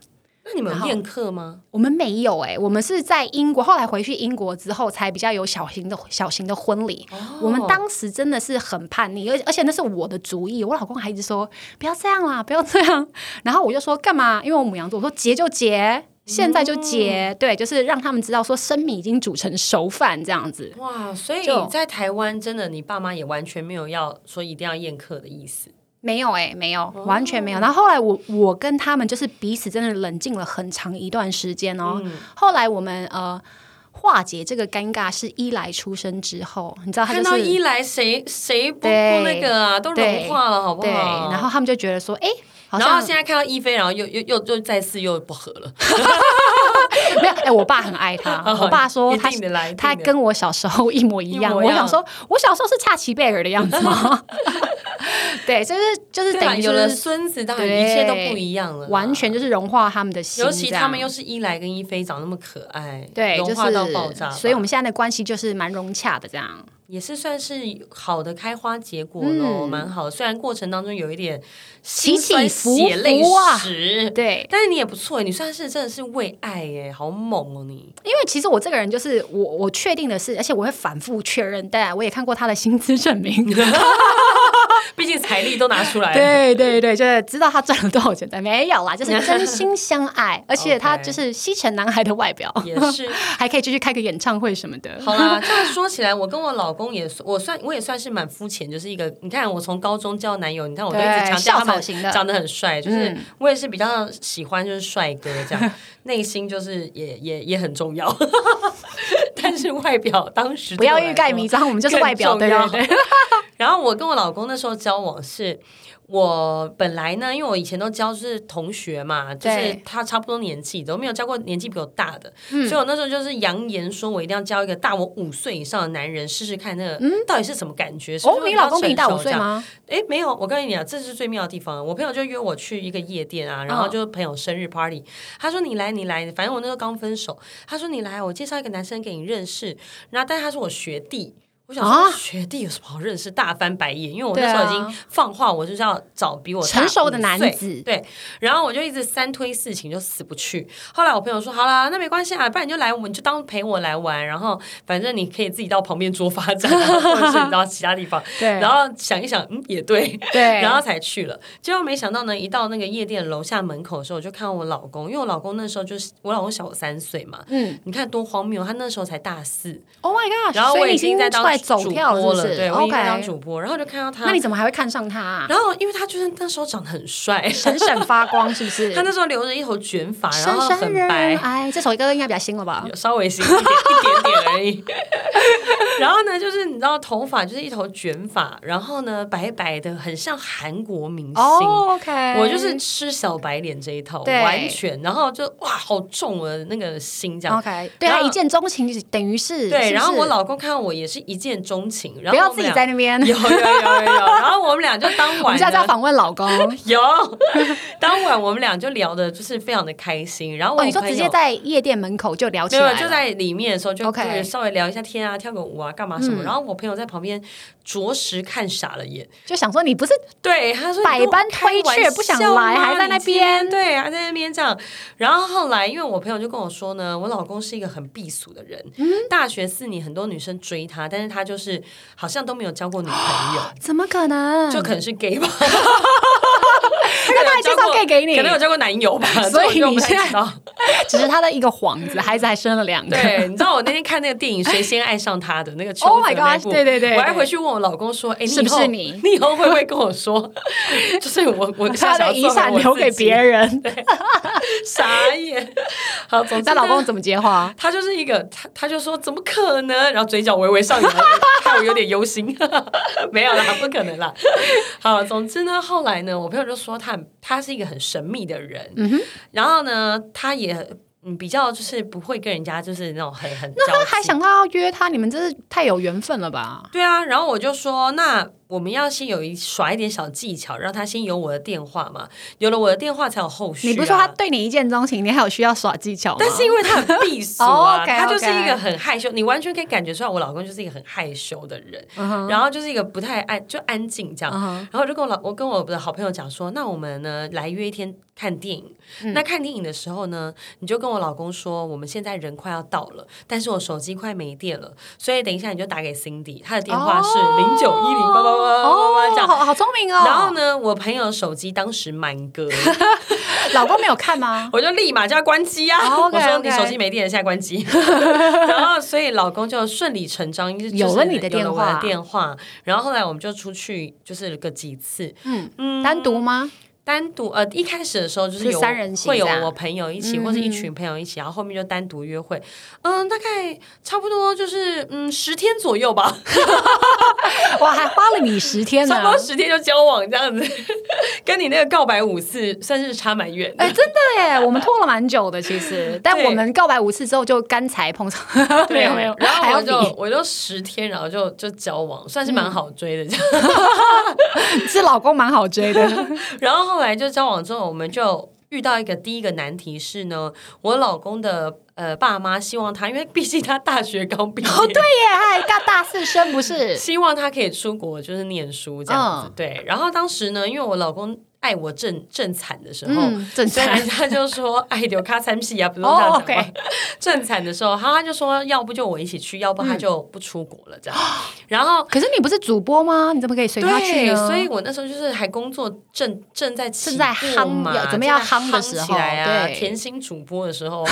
S2: 那你们
S1: 然
S2: 有
S1: 后
S2: 宴客吗？
S1: 我们没有哎、我们是在英国，后来回去英国之后才比较有小型的小型的婚礼。我们当时真的是很叛逆，而而且那是我的主意，我老公还一直说不要这样啦，不要这样。然后我就说干嘛？因为我母羊座，我说结就结。现在就结，对，就是让他们知道说生米已经煮成熟饭这样子。
S2: 哇，所以
S1: 就
S2: 你在台湾真的，你爸妈也完全没有要说一定要宴客的意思。
S1: 没有哎、没
S2: 哦
S1: 有，完全没有。然后后来我我跟他们就是彼此真的冷静了很长一段时间哦。
S2: 嗯
S1: 后来我们呃化解这个尴尬是一来出生之后，你知道他
S2: 看
S1: 就
S2: 到
S1: 是
S2: 一来谁谁不不
S1: 对
S2: 那个啊，都融化了，好不好？
S1: 对，然后他们就觉得说，哎、好
S2: 然后
S1: 像
S2: 现在看到一菲，然后又又又又再次又不合了。
S1: 没有哎、我爸很爱 他，我爸说
S2: 哦一
S1: 他
S2: 定的啦一定的
S1: 他跟我小时候一模一样。
S2: 一模一样
S1: 我想说，我小时候是恰奇贝尔的样子 吗？对，就是就是
S2: 对啊，
S1: 等于就
S2: 有了
S1: 是
S2: 孙子，当然
S1: 对
S2: 一切都不一样了，
S1: 完。全就是融化他们的心，
S2: 尤其
S1: 这样
S2: 他们又是一来跟一菲长那么可爱，
S1: 对，
S2: 融
S1: 就
S2: 化
S1: 是
S2: 到爆炸吧。
S1: 所以我们现在的关系就是蛮融洽的这样。
S2: 也是算是好的开花结果喽，蛮、好的。虽然过程当中有一点
S1: 嗯起
S2: 心酸
S1: 起伏
S2: 血泪
S1: 伏啊
S2: 史，
S1: 对，
S2: 但是你也不错，你算是真的是为爱耶，好猛哦你！
S1: 因为其实我这个人就是我，我确定的是，而且我会反复确认。当然，我也看过他的薪资证 明。
S2: 毕竟财力都拿出来了，
S1: 对对对，就是知道他赚了多少钱，但没有啦，就是真心相爱，而且 他就是西城男孩的外表，
S2: 也是。
S1: 还可以继续开个演唱会什么的。
S2: 好啦，这样说起来，我跟我老公也，我算我也算是蛮肤浅，就是一个，你看我从高中交男友，你看我都一直
S1: 对
S2: 强调他
S1: 校草
S2: 们
S1: 型的
S2: 长得很帅，就是
S1: 嗯
S2: 我也是比较喜欢就是帅哥 这样，内心就是也也也很重要， 但是外表当时
S1: 不要
S2: 对我来
S1: 欲盖
S2: 说
S1: 弥彰，我们就是外表，
S2: 更
S1: 对
S2: 重要
S1: 对对，
S2: 然后我跟我老公那时候交往是。我本来呢，因为我以前都交就是同学嘛，就是
S1: 对嗯
S2: 他差不多年纪的，我没有交过年纪比我大的，所以我那时候就是扬言说，我一定要交一个大我五岁以上的男人，试试看那个到底是什么感觉。是不
S1: 嗯哦
S2: 是，
S1: 你
S2: 比较
S1: 老公比你大
S2: 成熟
S1: 五岁
S2: 这样？
S1: 吗？
S2: 哎，没有，我告诉你啊，这是最妙的地方。我朋友就约我去一个夜店啊，
S1: 嗯
S2: 然后就是朋友生日 party，、他说你来，你来，反正我那时候刚分手，他说你来，我介绍一个男生给你认识，然后但是他是我学弟。我想说，
S1: 啊
S2: 学弟有什么好认识？大翻白眼，因为我
S1: 对
S2: 那
S1: 啊
S2: 时候已经放话，我就是要找比我大
S1: 成熟的
S2: 五
S1: 男
S2: 岁
S1: 子
S2: 对，然后我就一直三推四请，就死不去。后来我朋友说：“好啦，那没关系啊，不然你就来，我们就当陪我来玩。然后反正你可以自己到旁边桌发展，啊或者是你到其他地方。
S1: 对
S2: 然后想一想，嗯，也对，
S1: 对
S2: 然后才去了。结果没想到呢，一到那个夜店楼下门口的时候，我就看到我老公，因为我老公那时候就是我老公小我三岁嘛，
S1: 嗯
S2: 你看多荒谬，他那时候才大四，
S1: ，Oh my god！
S2: 然后
S1: 所
S2: 我
S1: 以你
S2: 已
S1: 已
S2: 经在当
S1: 出来走
S2: 主
S1: 跳
S2: 播
S1: 是不是
S2: 对，我已经在当
S1: ？OK，
S2: 主播，然后就看到他，
S1: 那你怎么还会看上他啊？
S2: 然后因为他就是那时候长得很帅，
S1: 闪闪发光，是不 是？
S2: 他那时候留着一头卷发，然
S1: 深
S2: 后
S1: 深
S2: 很
S1: 人
S2: 白，
S1: 哎，这首歌应该比较新了吧？
S2: 稍微新一点一点点而已。 然后呢，就是你知道，头发就是一头卷发，然后呢，白白的，很像韩国明星。
S1: 哦，OK，
S2: 我就是吃小白脸这一套，
S1: 对
S2: 完全，然后就哇，好重我的那个心这样。
S1: OK，对
S2: 然
S1: 他
S2: 后
S1: 一见钟情，就是等于是
S2: 对，
S1: 哦是不
S2: 然后我
S1: 是
S2: 老公看到我也是一见钟情，然
S1: 不
S2: 后
S1: 要
S2: 我
S1: 自
S2: 们
S1: 己
S2: 俩
S1: 在那边，
S2: 有有有有有，然后我们俩就当
S1: 我
S2: 晚
S1: 们现在
S2: 呢
S1: 在访问老 公。哦，
S2: 有当晚我们俩就聊的就是非常的开心，然后我
S1: 哦你说
S2: 朋
S1: 直
S2: 友
S1: 接在夜店门口就聊起
S2: 没有，
S1: 来
S2: 就
S1: 了，
S2: 在里面的时候就
S1: OK 嗯
S2: 就是稍微聊一下天啊，跳个舞啊，干嘛什么。然后我朋友在旁边着实看傻了眼，
S1: 就想说你不是
S2: 对他说：“
S1: 百般推却
S2: 你跟我开玩笑吗
S1: 不想来还在那边
S2: 你今天对，还在那边这样。”然后后来，因为我朋友就跟我说呢，我老公是一个很避俗的人，
S1: 嗯
S2: 大学四年很多女生追他，但是他就是
S1: 嗯
S2: 好像都没有交过女朋友，
S1: 怎么可能？
S2: 就可能是 gay 吧。
S1: 他个 他还介绍可以给你
S2: 可能有交过男友吧，
S1: 所以
S2: 这种就
S1: 你
S2: 不太
S1: 现在
S2: 知道
S1: 只是他的一个幌子，孩子还生了两个。
S2: 对，你知道我那天看那个电影《谁先爱上他》的那个
S1: Oh
S2: 邱泽
S1: my
S2: 那
S1: gosh，
S2: 部，
S1: 对对对
S2: 我还
S1: 对
S2: 回去问我老公说：“哎，
S1: 是不
S2: 以后
S1: 是你
S2: 你以后会不会跟我说， 就是我我
S1: 他的遗产留给别
S2: 人
S1: 人，？”
S2: 傻眼。好，总之
S1: 那
S2: 呢
S1: 老公怎么接话？
S2: 他就是一个他他就说怎么可能？然后嘴角微微上扬，害我有点忧心。 没有啦，不可能啦。好，总之呢，后来呢，我朋友就说他很他是一个很神秘的人，
S1: 嗯
S2: 然后呢，他也。嗯，比较就是不会跟人家就是那种很很
S1: 那
S2: 交
S1: 他
S2: 际
S1: 还想到要约他，你们真是太有缘分了吧？
S2: 对啊，然后我就说，那我们要先有一耍一点小技巧，让他先有我的电话嘛，有了我的电话才有后续、啊。
S1: 你不是说他对你一见钟情，你还有需要耍技巧吗？
S2: 但是因为他很避俗 啊
S1: 哦，OK，OK
S2: 他就是一个很害羞，你完全可以感觉出来，我老公就是一个很害羞的人，
S1: 嗯
S2: 然后就是一个不太安，就安静这样。然后我就跟我老，我跟我的好朋友讲说，那我们呢来约一天看电影。
S1: 嗯
S2: 那看电影的时候呢，你就跟我老公说，我们现在人快要到了，但是我手机快没电了，所以等一下你就打给 Cindy，她的电话是零九一零八八八八八
S1: 哦
S2: 这，样。
S1: 好好聪明哦。
S2: 然后呢，我朋友手机当时满格，
S1: 老公没有看 吗？
S2: 我就立马就要关机啊！
S1: 哦，OK，
S2: 我说你
S1: OK
S2: 手机没电了，现在 关机。然后，所以老公就顺理成章，就是
S1: 有了你的
S2: 就是有
S1: 电
S2: 了
S1: 话
S2: 我的电话。然后后来我们就出去，就是个几次，
S1: 嗯单独吗？
S2: 单独呃，一开始的时候就是
S1: 是
S2: 有
S1: 三人行
S2: 会有
S1: 这样嗯
S2: 我朋友一起，或者一群朋友一起，然后后面就单独约会。嗯，大概差不多就是嗯十天左右吧，
S1: 哇，还花了你十天呢
S2: 差。不多十天就交往这样子， 跟你那个告白五次算是差蛮远的。
S1: 哎，真的耶，我们拖了蛮久的，其实，但
S2: 对
S1: 我们告白五次之后就干柴碰 上， 没有没有，
S2: 然
S1: 还
S2: 后
S1: 要
S2: 我就
S1: 比嗯
S2: 我就十天，然后就就交往，算是蛮好追的这样。
S1: 是老公蛮好追的，
S2: 然后后来就交往之后，我们就遇到一个第一个难题是呢，我老公的呃爸妈希望他，因为毕竟他大学刚毕业，
S1: 哦，对耶，还大大四生不是？
S2: 希望他可以出国就是念书这样子。
S1: 嗯
S2: 对，然后当时呢，因为我老公爱我正正惨的时候，
S1: 嗯，正
S2: 虽
S1: 常。
S2: 然他就说 “哎，留卡参戏啊”，不是这样
S1: 哦
S2: 讲
S1: ，OK
S2: 吗？正惨的时候，他他就说要不就我一起去，要不
S1: 嗯
S2: 他就不出国了这样。 然后
S1: 可是你不是主播吗？你怎么可以随他去
S2: 对，
S1: 呢？
S2: 所以我那时候就是还工作正正在起
S1: 正在
S2: 步
S1: 夯
S2: 嘛，
S1: 准备要夯的
S2: 起
S1: 时候
S2: 来啊，
S1: 对
S2: 甜心主播的时候啊，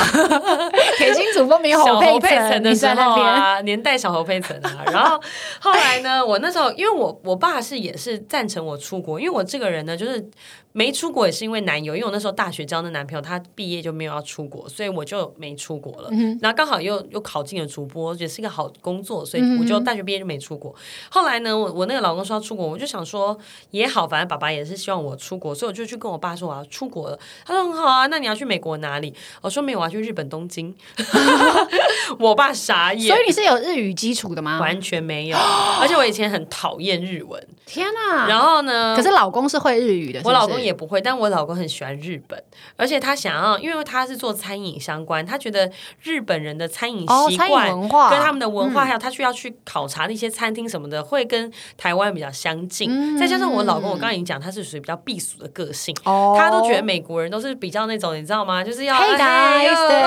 S1: 铁心主播没 有侯
S2: 小侯
S1: 佩
S2: 佩岑
S1: 岑
S2: 的
S1: 你
S2: 时
S1: 在那
S2: 候
S1: 边，
S2: 啊， 年代小侯佩岑啊。然后后来呢， 我那时候因为我我爸是也是赞成我出国，因为我这个人呢就是。没出国也是因为男友，因为我那时候大学交的男朋友，他毕业就没有要出国，所以我就没出国
S1: 嗯
S2: 了。然后刚好又又考进了主播，也是一个好工作，所
S1: 嗯
S2: 以我就大学毕业就没出国。后来呢，我我那个老公说要出国，我就想说也好，反正爸爸也是希望我出国，所以我就去跟我爸说我要出国了。他说很好啊，那你要去美国哪里？我说没有，我要啊去日本东京。 我爸傻眼
S1: 所，以你嗯是有日语基础的吗？
S2: 完全没有。而且我以前很讨厌日文，
S1: 天哪！
S2: 然后呢
S1: 啊可？是老公是会日语的，是
S2: 我
S1: 不是
S2: 老公也不会，但我老公很喜欢日本，而且他想要，因为他是做餐饮相关，他觉得日本人的餐饮
S1: 哦，
S2: 习
S1: 餐饮
S2: 惯、
S1: 文化
S2: 跟他们的文
S1: 嗯
S2: 化，还有他需要去考察的一些餐厅什么的，会跟台湾比较相近。
S1: 嗯
S2: 再加上我老公，我刚刚已经讲，他是属于比较避俗的个性。
S1: 哦，
S2: 他都觉得美国人都是比较那种，你知道吗？就是要
S1: Hey
S2: 哎呀
S1: guys，对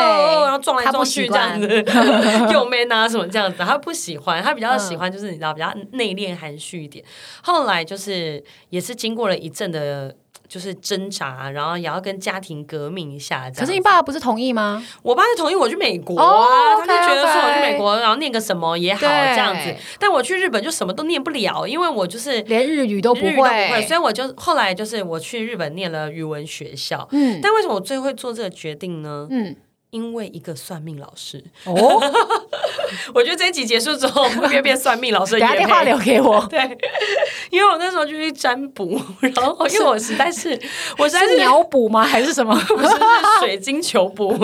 S2: 然后撞来
S1: 他不
S2: 撞去
S1: 习
S2: 这样
S1: 惯嗯
S2: 子， 又 man 啊什么这样子，他不喜欢，他比较喜欢就是你知道比较内敛含蓄一点。后来就是也是经过了一阵的，就是挣扎，然后也要跟家庭革命一下。
S1: 可
S2: 这
S1: 是
S2: 样子
S1: 你爸爸不是同意吗？
S2: 我爸是同意我去美国啊，
S1: 哦
S2: 他就觉得说我去
S1: OK，OK
S2: 美国，然后念个什么也好
S1: 对
S2: 这样子。但我去日本就什么都念不了，因为我就是
S1: 连日语都不
S2: 日
S1: 会，
S2: 语都不会，所以我就后来就是我去日本念了语文学校。
S1: 嗯
S2: 但为什么我最会做这个决定呢？
S1: 嗯，
S2: 因为一个算命老师，
S1: 哦，
S2: 我觉得这一集结束之后，我们会变变算命老师 的
S1: 等下
S2: 业配
S1: 电话留给我。
S2: 对，因为我那时候就去占卜，然后因为我实在是，我实在
S1: 是
S2: 是
S1: 鸟补吗？还是什么？
S2: 不是是水晶球补， 因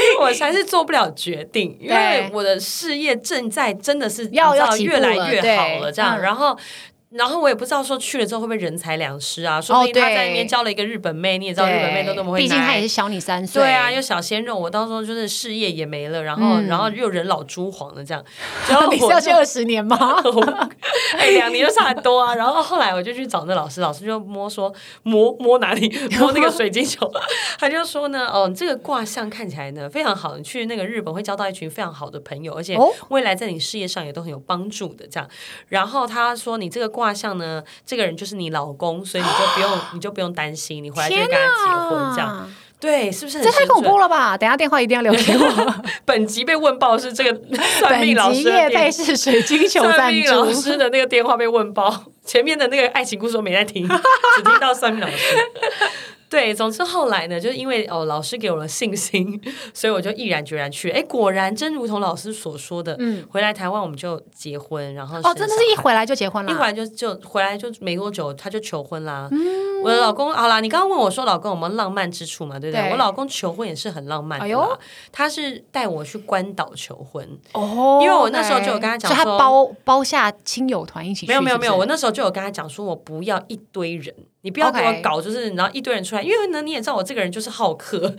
S2: 为我还是做不了决定，因为
S1: 对
S2: 我的事业正在真的
S1: 要
S2: 是你知道
S1: 要起步
S2: 越
S1: 了
S2: 来越好了
S1: 对
S2: 这样，
S1: 嗯
S2: 然后。然后我也不知道说去了之后会不会人财两失啊？说不定
S1: 哦对
S2: 他在那边交了一个日本妹，你也知道日本妹都那么会
S1: 毕竟他
S2: 奶
S1: 也是小你三岁，
S2: 对啊，又小鲜肉，我到时候就是事业也没了，然后、然后又人老珠黄了这样。 然后
S1: 嗯 你是
S2: 我
S1: 要
S2: 就
S1: 去二十 年吗？
S2: 哎，两年就差很多啊。然后后来我就去找那老师，老师就摸说摸摸哪里， 摸那个水晶球，他就说呢，哦，你这个卦象看起来呢非常好，你去那个日本会交到一群非常好的朋友，而且
S1: 哦
S2: 未来在你事业上也都很有帮助的这样。然后他说你这个卦卦象呢，这个人就是你老公，所以你就不用 你就不用担心，你回来就会跟他结婚这样。
S1: 啊
S2: 对，是不是很
S1: 这太
S2: 神
S1: 恐
S2: 准
S1: 怖了吧！等一下电话一定要留给我。
S2: 本集被问爆是这个 算命
S1: 本
S2: 老
S1: 集
S2: 师的
S1: 业
S2: 电
S1: 配是水晶球
S2: 算
S1: 赞
S2: 命老
S1: 助。
S2: 师的那个电话被问爆， 前面的那个爱情故事我没在 听，只听到算命老师。对，总之后来呢，就是因为哦，老师给我了信心，所以我就毅然决然去。哎，果然真如同老师所说的，嗯，回来台湾我们就结婚，然后
S1: 哦，真的是一
S2: 一
S1: 回来就结婚了，
S2: 一回来就就回来就没多久他就求婚啦。
S1: 嗯
S2: 我的老公，好啦，你刚刚问我说老公有没有浪漫之处嘛，对不对？
S1: 对
S2: 我老公求婚也是很浪漫的
S1: 哎
S2: 啦，
S1: 呦
S2: 他是带我去关岛求婚。
S1: 哦
S2: 因为我那时候就有跟他讲
S1: 所以他
S2: 说
S1: 包包下亲友团一起去，
S2: 没有没有没有，
S1: 是不
S2: 我
S1: 是
S2: 那时候就有跟他讲说，我不要一堆人，你不要给
S1: OK
S2: 我搞，就是你知道一堆人出来，因为呢你也知道我这个人就是好客，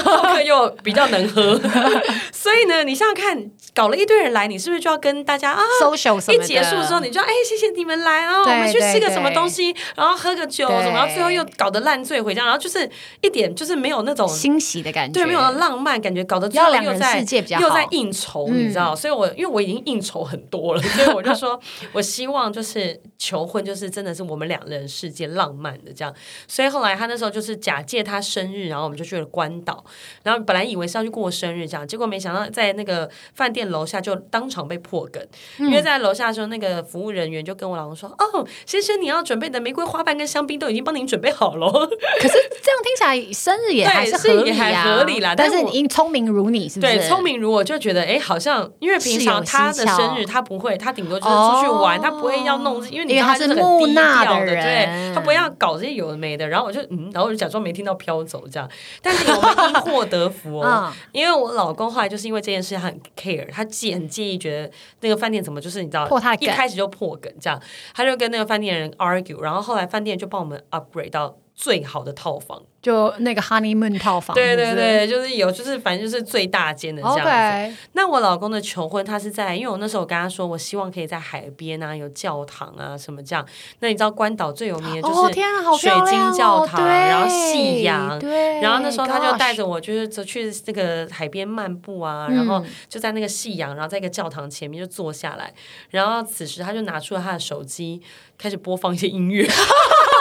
S2: 好客又比较能喝， 所以呢你想想看，搞了一堆人来，你是不是就要跟大家啊？
S1: social 什
S2: 一
S1: 么的
S2: 结束之后，你就哎，谢谢你们来，然后我
S1: 对
S2: 们去吃个什么
S1: 对
S2: 东西，然后喝个酒
S1: 对
S2: 什么，然后最后又搞得烂醉回家，然后就是一点就是没有那种
S1: 欣喜的感觉，
S2: 对没有那浪漫感觉，搞得最
S1: 要
S2: 后
S1: 两
S2: 又
S1: 人
S2: 在
S1: 世界比较好，
S2: 又在应酬，
S1: 嗯
S2: 你知道，所以我因为我已经应酬很多了， 所以我就说，我希望就是求婚，就是真的是我们两人世界浪漫的这样。所以后来他那时候就是假借他生日，然后我们就去了关岛，然后本来以为是要去过生日这样，结果没想到在那个饭店楼下就当场被破梗，嗯因为在楼下的时候，那个服务人员就跟我老公说：“哦，先生，你要准备的玫瑰花瓣跟香槟都已经帮您准备好了。”
S1: 可是这样听起来生日也
S2: 对
S1: 还是
S2: 是
S1: 合
S2: 也
S1: 理
S2: 还
S1: 啊，
S2: 合理啦但
S1: 但
S2: 是
S1: 是
S2: 我
S1: 你聪明如你，是不是？
S2: 对，聪。明如我就觉得，哎，好像因为平常他的生
S1: 是有蹊
S2: 日
S1: 跷
S2: 他不会，他顶多就是出去玩，
S1: 哦
S2: 他不会要弄，因为你
S1: 因为
S2: 知道
S1: 他
S2: 就是很
S1: 木
S2: 低
S1: 讷
S2: 调
S1: 的
S2: 的，对
S1: 人
S2: 他不要搞这些有的没的。然后我就嗯，然后我就假装没听到飘走这样。但是我们因祸得福哦
S1: 嗯，
S2: 因为我老公后来就是因为这件事他很 care，他介很介意，觉得那个饭店怎么就是你知道
S1: 破他的
S2: 一
S1: 梗
S2: 开始就破梗这样，他就跟那个饭店人 argue，然后后来饭店就帮我们 upgrade 到最好的套房。
S1: 就那个 honeymoon 套房，
S2: 对
S1: 是
S2: 对
S1: 不是
S2: 对，就是有就是反正就是最大间的这样子。
S1: ，OK，
S2: 那我老公的求婚，他是在，因为我那时候我跟他说，我希望可以在海边啊，有教堂啊什么这样。那你知道关岛最有名的
S1: 哦
S2: 就是，
S1: 天啊，好漂亮哦
S2: 水晶教堂
S1: 对
S2: 然后夕阳
S1: 对，
S2: 然后那时候他就
S1: gosh 嗯
S2: 带着我，就是走去那个海边漫步啊，然后就在那个夕阳，然后在一个教堂前面就坐下来，然后此时他就拿出了他的手机，开始播放一些音乐， 是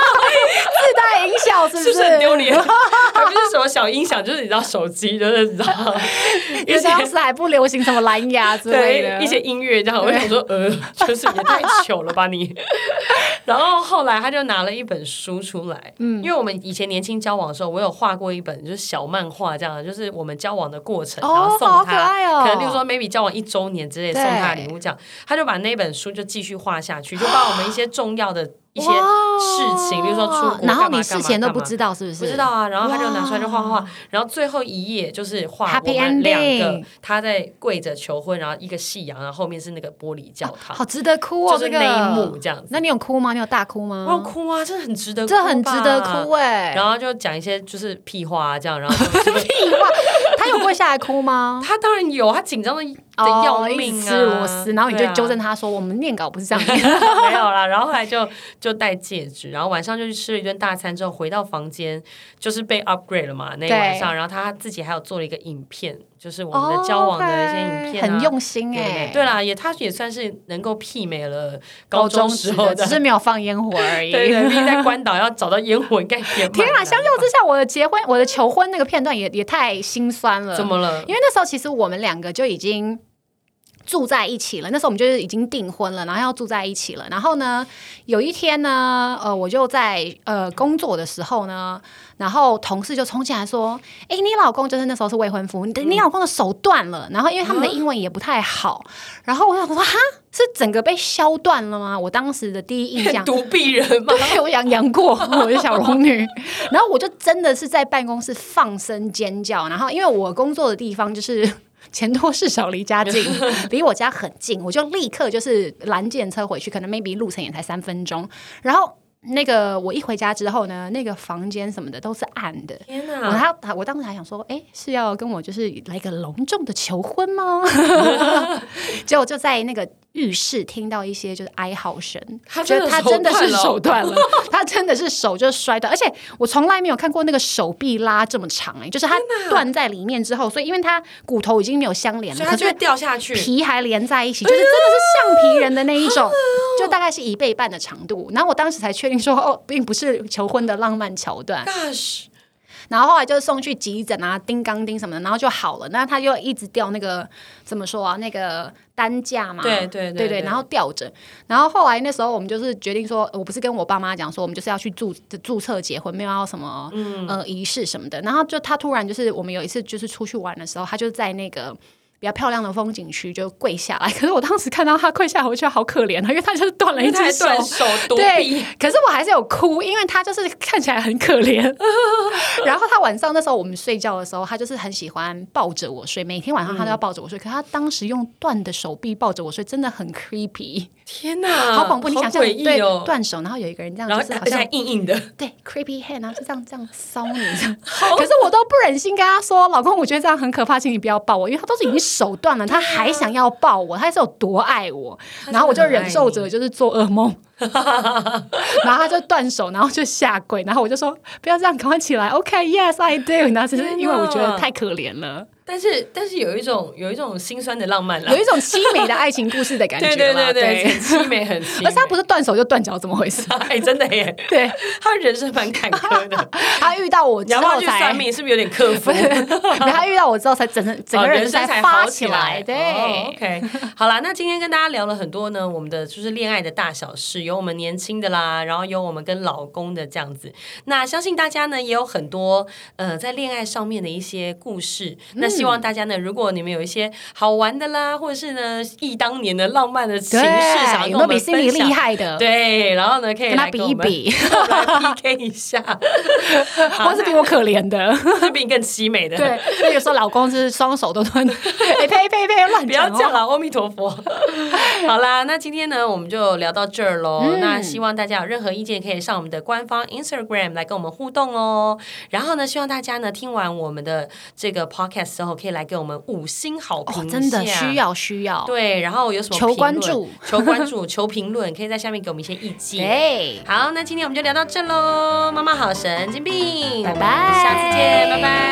S1: 自带音效，是不
S2: 不 是 很丢脸？还不是什么小音响，就是你知道手机，就是你 知道，
S1: 因为当时还不流行什么蓝牙之类
S2: 对
S1: 的，
S2: 一些音乐这样，我就想说，呃， 就是也太糗了吧你。然后后来他就拿了一本书出来，嗯，因为我们以前年轻交往的时候，我有画过一本就是小漫画这样，就是我们交往的过程，
S1: 哦
S2: 然后送
S1: 好可
S2: 他，
S1: 爱哦
S2: 可能例如说 maybe 交往一周年之类送
S1: 对
S2: 他礼物这样，他就把那本书就继续画下去，就把我们一些重要的一些
S1: 哇
S2: 事情，比如说出国，
S1: 哦然后
S2: 干嘛
S1: 你事前都不知。道是不是？
S2: 干嘛干嘛不知道啊，然后他就拿出来就画画
S1: 哇
S2: 画，然后最后一页就是画
S1: Happy
S2: 我们两个
S1: ending，
S2: 他在跪着求婚，然后一个夕阳，然后后面是那个玻璃教堂
S1: 哦好，值得哭哦，
S2: 就
S1: 这
S2: 是
S1: 个
S2: 那一幕这样子
S1: 那你有哭吗？你有大哭
S2: 我要
S1: 吗？
S2: 哭啊，这很值得，欸
S1: 这很值得哭。哎、
S2: 然后就讲一些就是屁话啊，这样，然后就
S1: 屁话，他有跪下来哭吗？
S2: 他当然有，他紧张的的
S1: 哦
S2: 要
S1: 一
S2: 命
S1: 直
S2: 啊，
S1: 吃螺丝，然后你就
S2: 对啊
S1: 纠正他说：“我们念稿不是这样念。
S2: 没有啦，然后后来就就戴戒指，然后晚上就去吃了一顿大餐，之后回到房间就是被 upgrade 了嘛那一
S1: 对
S2: 晚上，然后他自己还有做了一个影片，就是 我们的交往的一些影
S1: OK，
S2: 片、啊
S1: 很哦用心
S2: 对
S1: 哎、
S2: 对对啦，也他也算是能够媲美了
S1: 高
S2: 中
S1: 中
S2: 时
S1: 时
S2: 候
S1: 的，
S2: 的
S1: 只， 是没有放烟火而已。
S2: 对对，毕竟在关岛要找到烟火应该也蛮
S1: 天啊！
S2: 难
S1: 相
S2: 的
S1: 较之下，我的结婚、我的求婚那个片段也也太心酸了。
S2: 怎么了？。
S1: 因为那时候其实我们两个就已经住在一起了，那时候我们就是已经订婚了，然后要住在一起了。然后呢，有一天呢，呃，我就在呃工作的时候呢，然后同事就冲进来说：“哎、你老公就是那时候是未婚夫，你的你老公的手断了。”然后因为他们的英文也不太好，然后我想说：“哈，是整个被削断了吗？”我当时的第一印象
S2: 独臂人嘛，
S1: 对，我养杨过，我是小龙女。然后我就真的是在办公室放声尖叫，然后因为我工作的地方就是。 钱多事少离家近，离我家很近，我就立刻就是拦电车回去，可能 maybe 路程也才三分钟。然后那个我一回家之后呢，那个房间什么的都是暗的，
S2: 天
S1: 我
S2: 哪！
S1: 他他我当时还想说，哎，是要跟我就是来个隆重的求婚 吗？ 结果就在那个浴室听到一些就是哀嚎声，
S2: 他
S1: 就
S2: 真的
S1: 他
S2: 手
S1: 真的是
S2: 断了
S1: 手断 了，他真的是手就摔断，而且我从来没有看过那个手臂拉这么长、哎，就是他断在里面之后，所以因为他骨头已经没有相连
S2: 所
S1: 了，
S2: 以
S1: 可
S2: 他就会哎
S1: 是
S2: 掉下去，
S1: 皮还连在一起，就是真的是橡皮人的那一种，就
S2: 哦
S1: 就大概是一倍半的长度。然后我当时才确定说，哦，并不是求婚的浪漫桥段。
S2: Gosh，
S1: 然后后来就送去急诊啊，钉钢钉什么的，然后就好了。那他就一直吊那个怎么说啊，那个担架嘛，
S2: 对对对
S1: 对
S2: 对
S1: 然后吊着。然后后来那时候我们就是决定说，我不是跟我爸妈讲说，我们就是要去注注册结婚，没有要什么、
S2: 嗯
S1: 呃仪式什么的。然后就他突然就是我们有一次就是出去玩的时候，他就在那个。比较漂亮的风景区就跪下来，可是我当时看到他跪下来，我觉得好可怜啊，因为他就是断了一
S2: 因为
S1: 只
S2: 他还
S1: 手，
S2: 断手多
S1: 对
S2: 臂，，
S1: 可是我还是有哭，因为他就是看起来很可怜。 然后他晚上那时候我们睡觉的时候，他就是很喜欢抱着我睡，每天晚上他都要抱着我睡。可他当时用断的手臂抱着我睡，真的很 creepy，、
S2: 天哪，
S1: 好恐怖！你想象
S2: 嗯好诡异
S1: 对
S2: 哦。
S1: 断手，然后有一个人这样，
S2: 然后
S1: 就是好
S2: 而且还
S1: 像
S2: 硬硬的，
S1: 对 creepy hand，然后就这样这样搔你这 样。可是我都不忍心跟他说，老公，我觉得这样很可怕，请你不要抱我，因为他都是已经手断了， 他还想要抱我，他是有多爱我。然后我就忍受着就是做噩梦， 然后他就断手，然后就下跪，然后我就说不要这样，赶快起来。OK，yes、I do。然后只是因为我觉得太可怜了，
S2: 但是但是有一种有一种心酸的浪漫啦
S1: 有，一种凄美的爱情故事的感觉
S2: 对
S1: 啦。
S2: 对对
S1: 对
S2: 很凄美很凄美。
S1: 而且他不是断手就断脚，怎么回事？
S2: 哎，真的耶，
S1: 对
S2: 他人生蛮坎坷的。
S1: 他遇到我之
S2: 你要不要
S1: 后
S2: 去
S1: 才
S2: 算命？是不是有点克 夫？
S1: 然后遇到我之后，才整整整个
S2: 哦
S1: 人
S2: 生才
S1: 发
S2: 好起
S1: 来。
S2: 哦
S1: 对，
S2: ，OK，好啦，那今天跟大家聊了很多呢，我们的就是恋爱的大小事，有我们年轻的啦，然后有我们跟老公的这样子。那相信大家呢也有很多呃在恋爱上面的一些故事。那希
S1: 嗯
S2: 望大家呢，如果你们有一些好玩的啦，或者是呢忆当年的浪漫的情事，想要
S1: 对
S2: 跟
S1: 有
S2: 我
S1: 没有
S2: 们
S1: 比
S2: 分
S1: 心里厉
S2: 享？
S1: 害的？
S2: 对，然后呢，可以
S1: 跟他
S2: 来
S1: 比
S2: 我
S1: 一
S2: 们，
S1: 比，
S2: 跟我们来 PK 一下，
S1: 或是比我可怜的。
S2: 或是比你更凄美的。
S1: 对，所以有时候老公就是双手都 断，哎呸呸呸， 乱
S2: 不要
S1: 讲哦
S2: 这样
S1: 话。
S2: 了，阿弥陀佛。 好啦，那今天呢，我们就聊到这儿喽。
S1: 嗯
S2: 那希望大家有任何意见，可以上我们的官方 Instagram 来跟我们互动哦。然后呢，希望大家呢听完我们的这个 podcast 之后，可以来给我们五星好
S1: 哦，
S2: 评、
S1: 真的需。要需要。
S2: 对，然后有什么
S1: 求
S2: 评论
S1: 关注、 哎
S2: 求关注、求评论，可以在下面给我们一些意 见。
S1: 对，
S2: 好，那今天我们就聊到这喽。妈妈好神经病，
S1: 拜拜
S2: 我们下次见，拜拜。